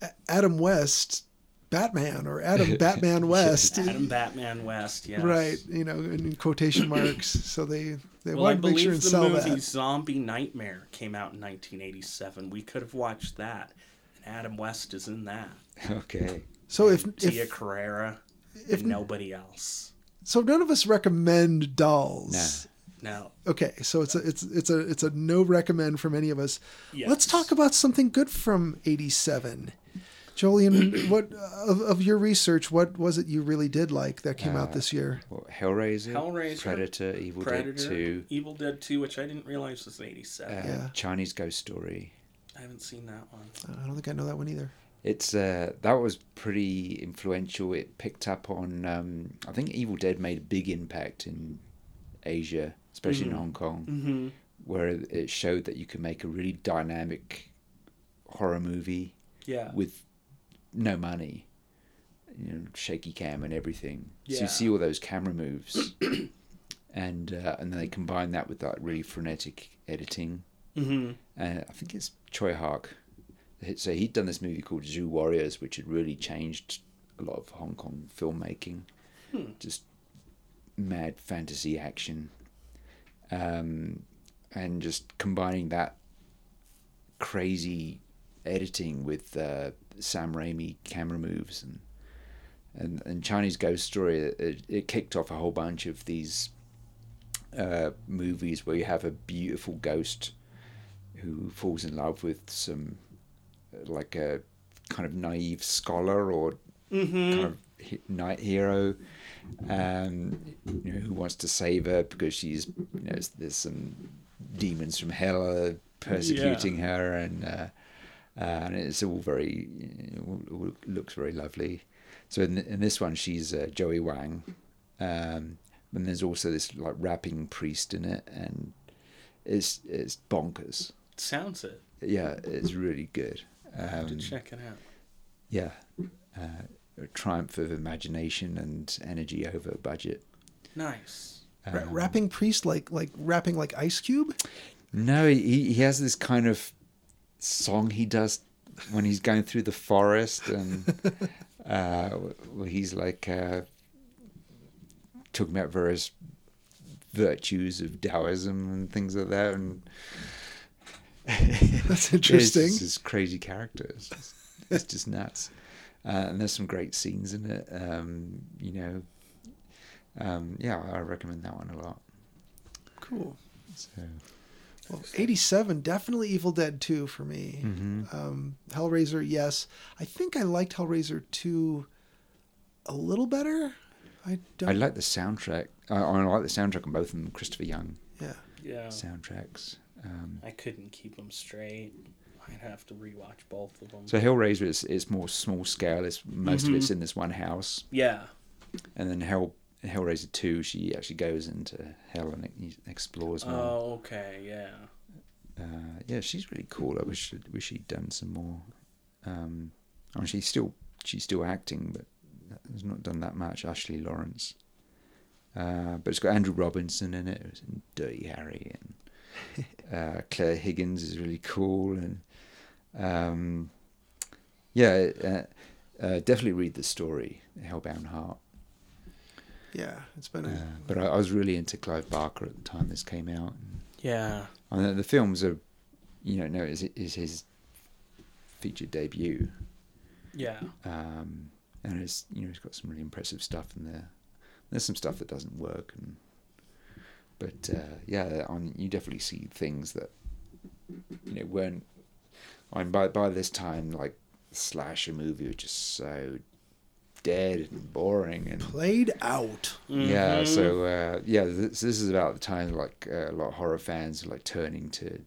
Speaker 2: A- Adam West. Batman or Adam Batman West.
Speaker 1: Adam Batman West, yes.
Speaker 2: Right, you know, in in
Speaker 1: (clears throat)
Speaker 2: quotation marks. So they they
Speaker 1: Well, I
Speaker 2: wanted to make
Speaker 1: believe
Speaker 2: sure and
Speaker 1: the
Speaker 2: sell
Speaker 1: movie
Speaker 2: that.
Speaker 1: Zombie Nightmare came out in 1987. We could have watched that, and Adam West is in that.
Speaker 3: (laughs) okay.
Speaker 2: So if,
Speaker 1: Tia
Speaker 2: if
Speaker 1: Carrera,
Speaker 2: if-
Speaker 1: and nobody else.
Speaker 2: so, none of us recommend dolls.
Speaker 1: No,
Speaker 2: Okay, so it's a it's it's a it's a no recommend from any of us. Let's
Speaker 1: Yes.
Speaker 2: talk about something good from '87.
Speaker 1: (clears throat)
Speaker 2: Jolien, what of, of your research? What was it you really did like that came
Speaker 1: Uh,
Speaker 2: out this year?
Speaker 3: Well, Hellraiser,
Speaker 1: Hellraiser,
Speaker 3: Predator, Evil
Speaker 1: Predator,
Speaker 3: Dead Two,
Speaker 1: Evil Dead 2, which I didn't realize was
Speaker 3: uh,
Speaker 1: 87.
Speaker 2: Yeah.
Speaker 3: Chinese Ghost Story.
Speaker 1: I haven't seen that one.
Speaker 2: I don't think I know that one either.
Speaker 3: It's uh, that was pretty influential. It picked up on. Um, I think Evil Dead made a big impact in Asia, especially in Hong Kong,
Speaker 1: Mm-hmm.
Speaker 3: where it showed that you can make a really dynamic horror movie
Speaker 1: Yeah.
Speaker 3: with no money, you know, shaky cam and everything. So
Speaker 1: Yeah.
Speaker 3: you see all those camera
Speaker 1: (clears throat)
Speaker 3: moves, and uh, and then they combine that with that really frenetic editing.
Speaker 1: Mm-hmm.
Speaker 3: Uh, I think it's Troy Hark. So he'd done this movie called Zoo Warriors, which had really changed a lot of Hong Kong filmmaking. Just mad fantasy action, um, and just combining that crazy editing with uh, Sam Raimi camera moves and and, and Chinese Ghost Story. It, it kicked off a whole bunch of these uh, movies where you have a beautiful ghost who falls in love with some uh, like a kind of naive scholar or kind of he- knight hero um, you know, who wants to save her because she's you know s- there's some demons from hell are persecuting her and uh, uh, and it's all very you know, all- all looks very lovely so in, th- in this one she's uh, Joey Wang um, and there's also this like rapping priest in it and it's it's bonkers
Speaker 1: Sounds it.
Speaker 3: yeah, it's really good.
Speaker 1: Have to
Speaker 3: Um,
Speaker 1: check it out.
Speaker 3: yeah, uh, a triumph of imagination and energy over budget.
Speaker 1: Nice.
Speaker 2: Ra-
Speaker 3: Um,
Speaker 2: rapping priest like like rapping like Ice Cube.
Speaker 3: No, he, he has this kind of song he does when he's going through the forest, and
Speaker 2: (laughs)
Speaker 3: uh, where he's like uh, talking about various virtues of Taoism and things like that, and
Speaker 2: (laughs) That's
Speaker 3: (laughs) It's
Speaker 2: interesting.
Speaker 3: just this crazy character. It's just, it's just nuts. Uh, and there's some great scenes in it. Um, you know, um, yeah, I recommend that one a lot.
Speaker 2: Cool.
Speaker 3: So,
Speaker 2: Well, 87, definitely Evil Dead 2 for me.
Speaker 3: Mm-hmm.
Speaker 2: Um, Hellraiser, yes. I think I liked Hellraiser 2 a little better. I don't.
Speaker 3: I like the soundtrack. I, I like the soundtrack on both of them. Christopher Young
Speaker 2: yeah.
Speaker 1: Yeah.
Speaker 3: soundtracks. Um,
Speaker 1: I couldn't keep them straight. I'd have to rewatch both of them.
Speaker 3: so Hellraiser is, is more small scale. It's most of it's in this one house,
Speaker 1: yeah.
Speaker 3: and then Hell Hellraiser Two. She actually goes into hell and e- explores more.
Speaker 1: Oh, okay. Yeah.
Speaker 3: uh, yeah, she's really cool. I wish wish she'd done some more. Um, I mean, she's still she's still acting, but has not done that much. Ashley Lawrence, uh, but it's got Andrew Robinson in it. It was in Dirty Harry, and uh, Claire Higgins is really cool, and um, yeah, uh, uh, definitely read the story Hellbound Heart.
Speaker 2: Yeah. It's been.
Speaker 3: Uh,
Speaker 2: A,
Speaker 3: but I, I was really into Clive Barker at the time this came out. And,
Speaker 1: Yeah.
Speaker 3: I mean, the films are, you know, no, is is his feature debut,
Speaker 1: Yeah.
Speaker 3: um, and it's you know he's got some really impressive stuff in there. There's some stuff that doesn't work, and but uh, yeah, on you definitely see things that you know weren't. I mean, by by this time, like slasher movie was just so dead and boring and
Speaker 2: played out.
Speaker 3: yeah,
Speaker 1: Mhm.
Speaker 3: so uh, yeah, this, this is about the time like uh, a lot of horror fans are like turning to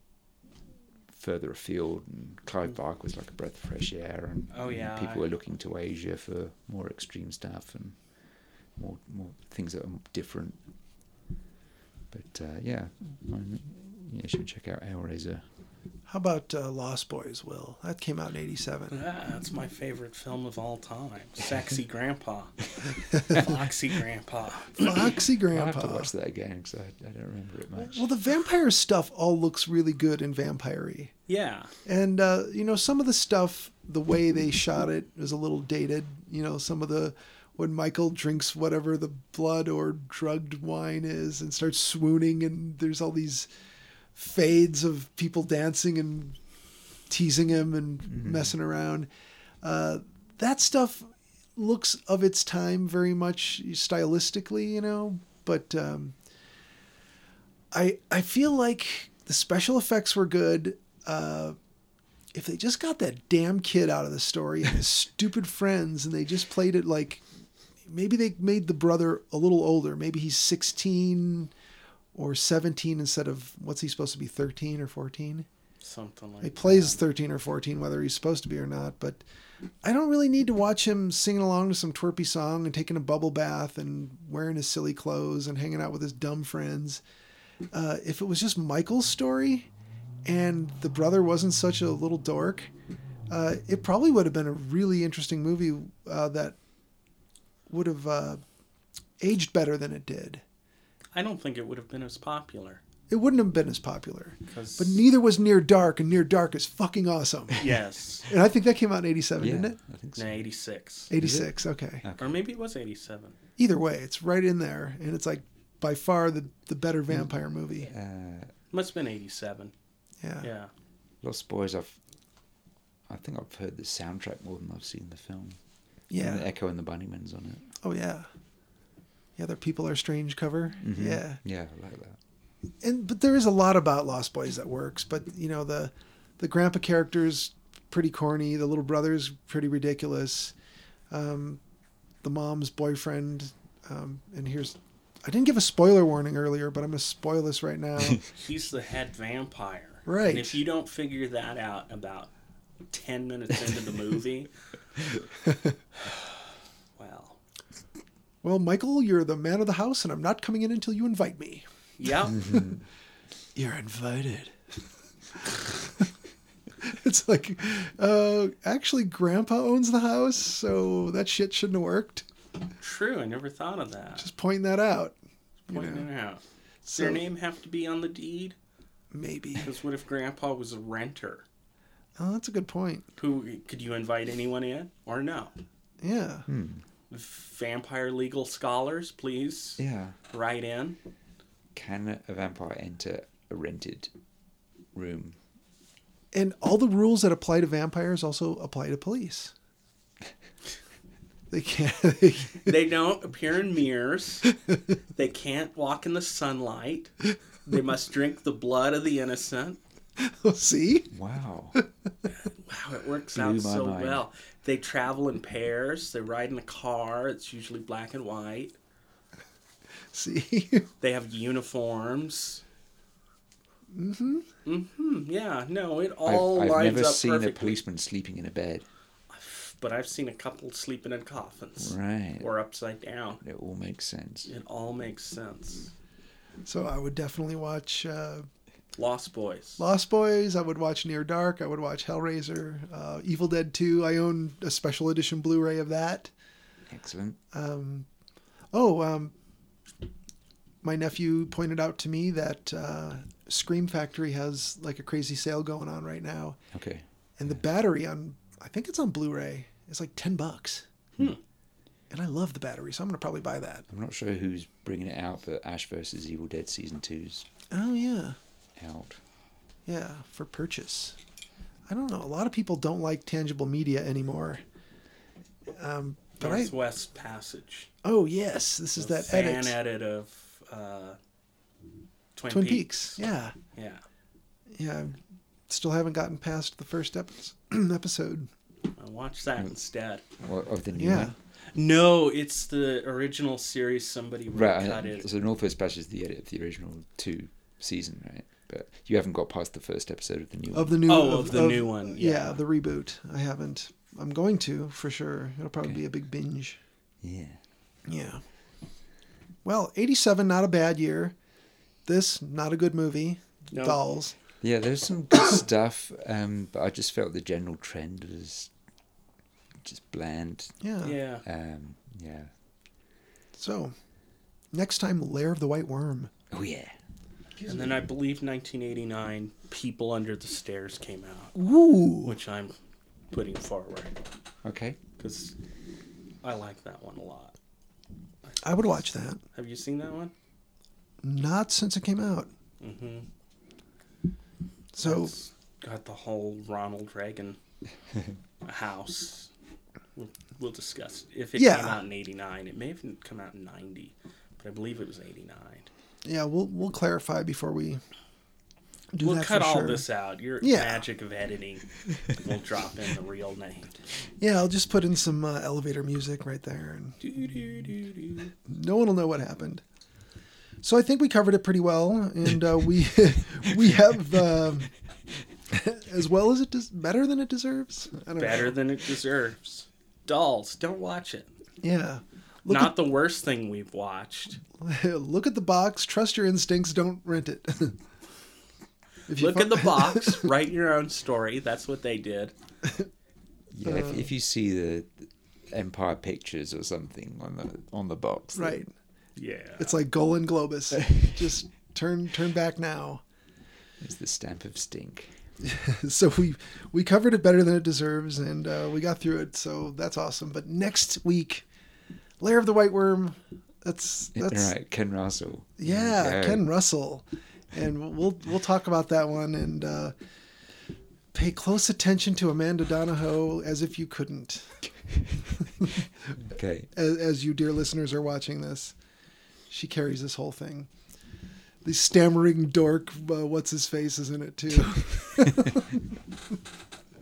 Speaker 3: further afield, and Clive Barker was like a breath of fresh air, and
Speaker 1: Oh,
Speaker 3: you know,
Speaker 1: yeah,
Speaker 3: people
Speaker 1: I-
Speaker 3: were looking to Asia for more extreme stuff and more more things that are different. But uh, yeah, I mean, you should check out Hellraiser.
Speaker 2: How about uh, Lost Boys, Will? That came out in 87.
Speaker 1: Ah, that's my favorite film of all time.
Speaker 3: (laughs)
Speaker 1: Sexy Grandpa. Foxy Grandpa.
Speaker 2: Foxy
Speaker 3: I
Speaker 2: Grandpa.
Speaker 3: have to watch that again because I, I don't remember it much.
Speaker 2: Well, the vampire stuff all looks really good in Vampire
Speaker 1: Yeah.
Speaker 2: And, uh, you know, some of the stuff, the way they shot it was a little dated. You know, some of the, when Michael drinks whatever the blood or drugged wine is and starts swooning, and there's all these fades of people dancing and teasing him and messing around. Uh, that stuff looks of its time very much stylistically, you know, but um, I I feel like the special effects were good. Uh, if they just got that damn kid out of the story and his stupid friends, and they just played it like maybe they made the brother a little older. Maybe he's sixteen or seventeen instead of what's he supposed to be thirteen or fourteen.
Speaker 1: Something like
Speaker 2: He plays 13 or 14, whether he's supposed to be or not. But I don't really need to watch him singing along to some twerpy song and taking a bubble bath and wearing his silly clothes and hanging out with his dumb friends. Uh, if it was just Michael's story and the brother wasn't such a little dork, uh, it probably would have been a really interesting movie uh, that would have uh, aged better than it did.
Speaker 1: I don't think it would have been as popular.
Speaker 2: It wouldn't have been as popular.
Speaker 1: 'cause-
Speaker 2: But neither was Near Dark, and Near Dark is fucking awesome. (laughs)
Speaker 1: yes.
Speaker 2: And I think that came out in 87,
Speaker 3: yeah,
Speaker 2: didn't it?
Speaker 3: I think so.
Speaker 1: No, 86.
Speaker 2: 86, okay.
Speaker 1: Or maybe it was 87.
Speaker 2: Either way, it's right in there. And it's like by far the, the better
Speaker 3: Mm-hmm.
Speaker 2: vampire movie.
Speaker 3: Uh,
Speaker 1: Must have been 87.
Speaker 2: Yeah.
Speaker 1: Yeah.
Speaker 3: Lost Boys, I've, I think I've heard the soundtrack more than I've seen the film. And the
Speaker 2: Yeah.
Speaker 3: Echo and the Bunnymen's on it.
Speaker 2: Oh, yeah. Yeah, their People Are Strange cover.
Speaker 3: Mm-hmm.
Speaker 2: Yeah.
Speaker 3: Yeah, I like that.
Speaker 2: and but there is a lot about Lost Boys that works. But you know the the grandpa character's pretty corny. The little brother's pretty ridiculous. Um, the mom's boyfriend, um, and here's I didn't give a spoiler warning earlier, but I'm gonna spoil this right
Speaker 3: (laughs)
Speaker 2: now.
Speaker 1: He's the head vampire.
Speaker 2: Right.
Speaker 1: And if you don't figure that out about 10 minutes into the
Speaker 2: (laughs)
Speaker 1: movie, (sighs) well,
Speaker 2: well, Michael, you're the man of the house, and I'm not coming in until you invite me.
Speaker 1: yeah.
Speaker 2: Mm-hmm. You're invited. (laughs) it's like, uh, actually, Grandpa owns the house, so that shit shouldn't have worked.
Speaker 1: True. I never thought of that.
Speaker 2: Just pointing that out.
Speaker 1: Pointing it out. Does
Speaker 2: So-
Speaker 1: their name have to be on the deed?
Speaker 2: Maybe.
Speaker 1: Because what if Grandpa was a renter?
Speaker 2: Oh, that's a good point.
Speaker 1: Who could you invite anyone in or no?
Speaker 2: Yeah.
Speaker 1: Vampire legal scholars, please
Speaker 3: Yeah.
Speaker 1: write in.
Speaker 3: Can a vampire enter a rented room?
Speaker 2: And all the rules that apply to vampires also apply to police. They can't. (laughs)
Speaker 1: They don't appear in
Speaker 3: (laughs)
Speaker 1: mirrors. They can't walk in the sunlight. They must drink the blood of the innocent.
Speaker 2: see?
Speaker 3: (laughs) Wow.
Speaker 1: Wow, it works
Speaker 3: Blew
Speaker 1: out
Speaker 3: my
Speaker 1: so
Speaker 3: mind.
Speaker 1: well. They travel in pairs. They ride in a car. It's usually black and white.
Speaker 2: See?
Speaker 1: They have uniforms. Mm-hmm. Mm-hmm. Yeah. No, it
Speaker 3: I've,
Speaker 1: all
Speaker 3: I've
Speaker 1: lines
Speaker 3: never
Speaker 1: up
Speaker 3: seen
Speaker 1: perfectly.
Speaker 3: a policeman sleeping in a bed.
Speaker 1: But I've seen a couple sleeping in coffins
Speaker 3: Right.
Speaker 1: or upside down.
Speaker 3: It all makes sense.
Speaker 1: It all makes sense.
Speaker 2: So I would definitely watch uh,
Speaker 1: Lost Boys.
Speaker 2: Lost Boys. I would watch Near Dark. I would watch Hellraiser. Uh, Evil Dead 2. I own a special edition Blu ray of that.
Speaker 3: Excellent.
Speaker 2: Oh, um, my nephew pointed out to me that uh, Scream Factory has like a crazy sale going on right now.
Speaker 3: Okay.
Speaker 2: And the battery on, I think it's on Blu ray, is like 10 bucks. And I love the battery, so I'm going to probably buy that.
Speaker 3: I'm not sure who's bringing it out, but Ash versus Evil Dead season two's
Speaker 2: Oh, yeah.
Speaker 3: out.
Speaker 2: Yeah, for purchase. I don't know. A lot of people don't like tangible media anymore. Um, but I,
Speaker 1: Northwest Passage.
Speaker 2: oh, yes, this is
Speaker 1: A
Speaker 2: that
Speaker 1: fan
Speaker 2: edit.
Speaker 1: edit of uh, Twin,
Speaker 2: Twin
Speaker 1: Peaks.
Speaker 2: Peaks. Yeah.
Speaker 1: Yeah.
Speaker 2: Yeah. I Still haven't gotten past the first ep- (clears throat) episode.
Speaker 1: I watched
Speaker 3: Hmm.
Speaker 1: that instead.
Speaker 3: Or, of the new
Speaker 2: Yeah.
Speaker 3: one.
Speaker 1: No, it's the original series. Somebody
Speaker 3: Right.
Speaker 1: cut
Speaker 3: and-
Speaker 1: it.
Speaker 3: So Northwest Passage is the edit of the original two season, right? But you haven't got past the first episode of the new
Speaker 2: Of the new
Speaker 1: Oh, of the new one, yeah.
Speaker 2: the reboot. I haven't. I'm going to for sure. It'll probably be a big binge.
Speaker 3: one. Yeah.
Speaker 2: Yeah. Well, 87 not a bad year. This not a good movie.
Speaker 1: No.
Speaker 2: Dolls.
Speaker 3: Yeah, there's some good (coughs) stuff, um, but I just felt the general trend was just bland.
Speaker 2: Yeah.
Speaker 1: Yeah.
Speaker 3: Um, yeah.
Speaker 2: So, next time Lair of the White Worm.
Speaker 3: Oh yeah.
Speaker 1: And then I believe 1989, People Under the Stairs came out,
Speaker 2: Ooh.
Speaker 1: which I'm putting forward
Speaker 3: Okay.
Speaker 1: because I like that one a lot.
Speaker 2: I would watch that.
Speaker 1: Have you seen that one?
Speaker 2: Not since it came out.
Speaker 1: Mm-hmm.
Speaker 2: So,
Speaker 1: It's got the whole Ronald Reagan house. We'll, we'll discuss if it
Speaker 2: Yeah.
Speaker 1: came out in '89. It may have come out in '90, but I believe it was '89.
Speaker 2: yeah, we'll we'll clarify before we do
Speaker 1: We'll
Speaker 2: that
Speaker 1: cut
Speaker 2: for
Speaker 1: all
Speaker 2: sure.
Speaker 1: this out. Your
Speaker 2: Yeah.
Speaker 1: magic of editing. we'll drop in the real
Speaker 2: (laughs)
Speaker 1: name.
Speaker 2: Yeah, I'll just put in some uh, elevator music right there, and
Speaker 1: Doo-doo-doo-doo.
Speaker 2: no one will know what happened. So I think we covered it pretty well, and uh, we (laughs) we have um, (laughs) as well as it des- better than it deserves. I don't
Speaker 1: Better
Speaker 2: Know.
Speaker 1: than it deserves. Dolls, don't watch it.
Speaker 2: Yeah. (laughs) Look
Speaker 1: Not the worst thing we've watched.
Speaker 2: Look at the box. Trust your instincts. Don't rent it. (laughs) if
Speaker 1: Look
Speaker 2: fi- (laughs)
Speaker 1: at the box. write your own story. That's what they did.
Speaker 3: Yeah. if, if you see the Empire Pictures or something on the on the box, then-
Speaker 1: (laughs)
Speaker 2: right.
Speaker 1: Yeah.
Speaker 2: It's like Golan Globus.
Speaker 1: (laughs)
Speaker 2: Just turn turn back now.
Speaker 3: It's the stamp of stink.
Speaker 2: So we we covered it better than it deserves, and uh, we got through it. So that's awesome. But next week, Lair of the White Worm. That's that's
Speaker 3: (laughs) right, Ken Russell.
Speaker 2: yeah,
Speaker 3: Okay.
Speaker 2: Ken Russell, and we'll- we'll we'll talk about that one and uh, pay close attention to Amanda Donahoe as if you couldn't,
Speaker 3: Okay.
Speaker 2: as, as you dear listeners are watching this. She carries this whole thing. The stammering dork, uh, what's his face, is in it too. (laughs)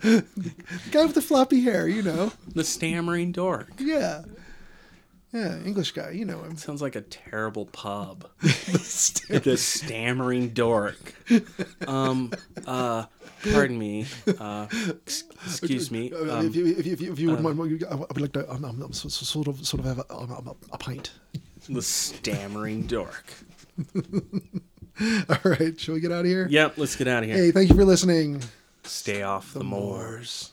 Speaker 2: the guy with the floppy hair, you know.
Speaker 1: the stammering dork.
Speaker 2: Yeah. Yeah, English guy, you know
Speaker 1: (laughs)
Speaker 2: him.
Speaker 1: Sounds like a terrible (laughs) pub.
Speaker 2: Stam-
Speaker 1: the stammering dork. Um, uh, pardon me. Uh, ex- excuse me.
Speaker 2: Uh, if
Speaker 1: Um,
Speaker 2: you, if you, if you, if you wouldn't mind, I would like to um, um, so- so- sort of sort of have a, um, um, a pint. (laughs)
Speaker 1: the stammering dork.
Speaker 2: All right, shall we get out of here?
Speaker 1: Yep, let's get out of here.
Speaker 2: Hey, thank you for listening.
Speaker 1: Stay off the, moors.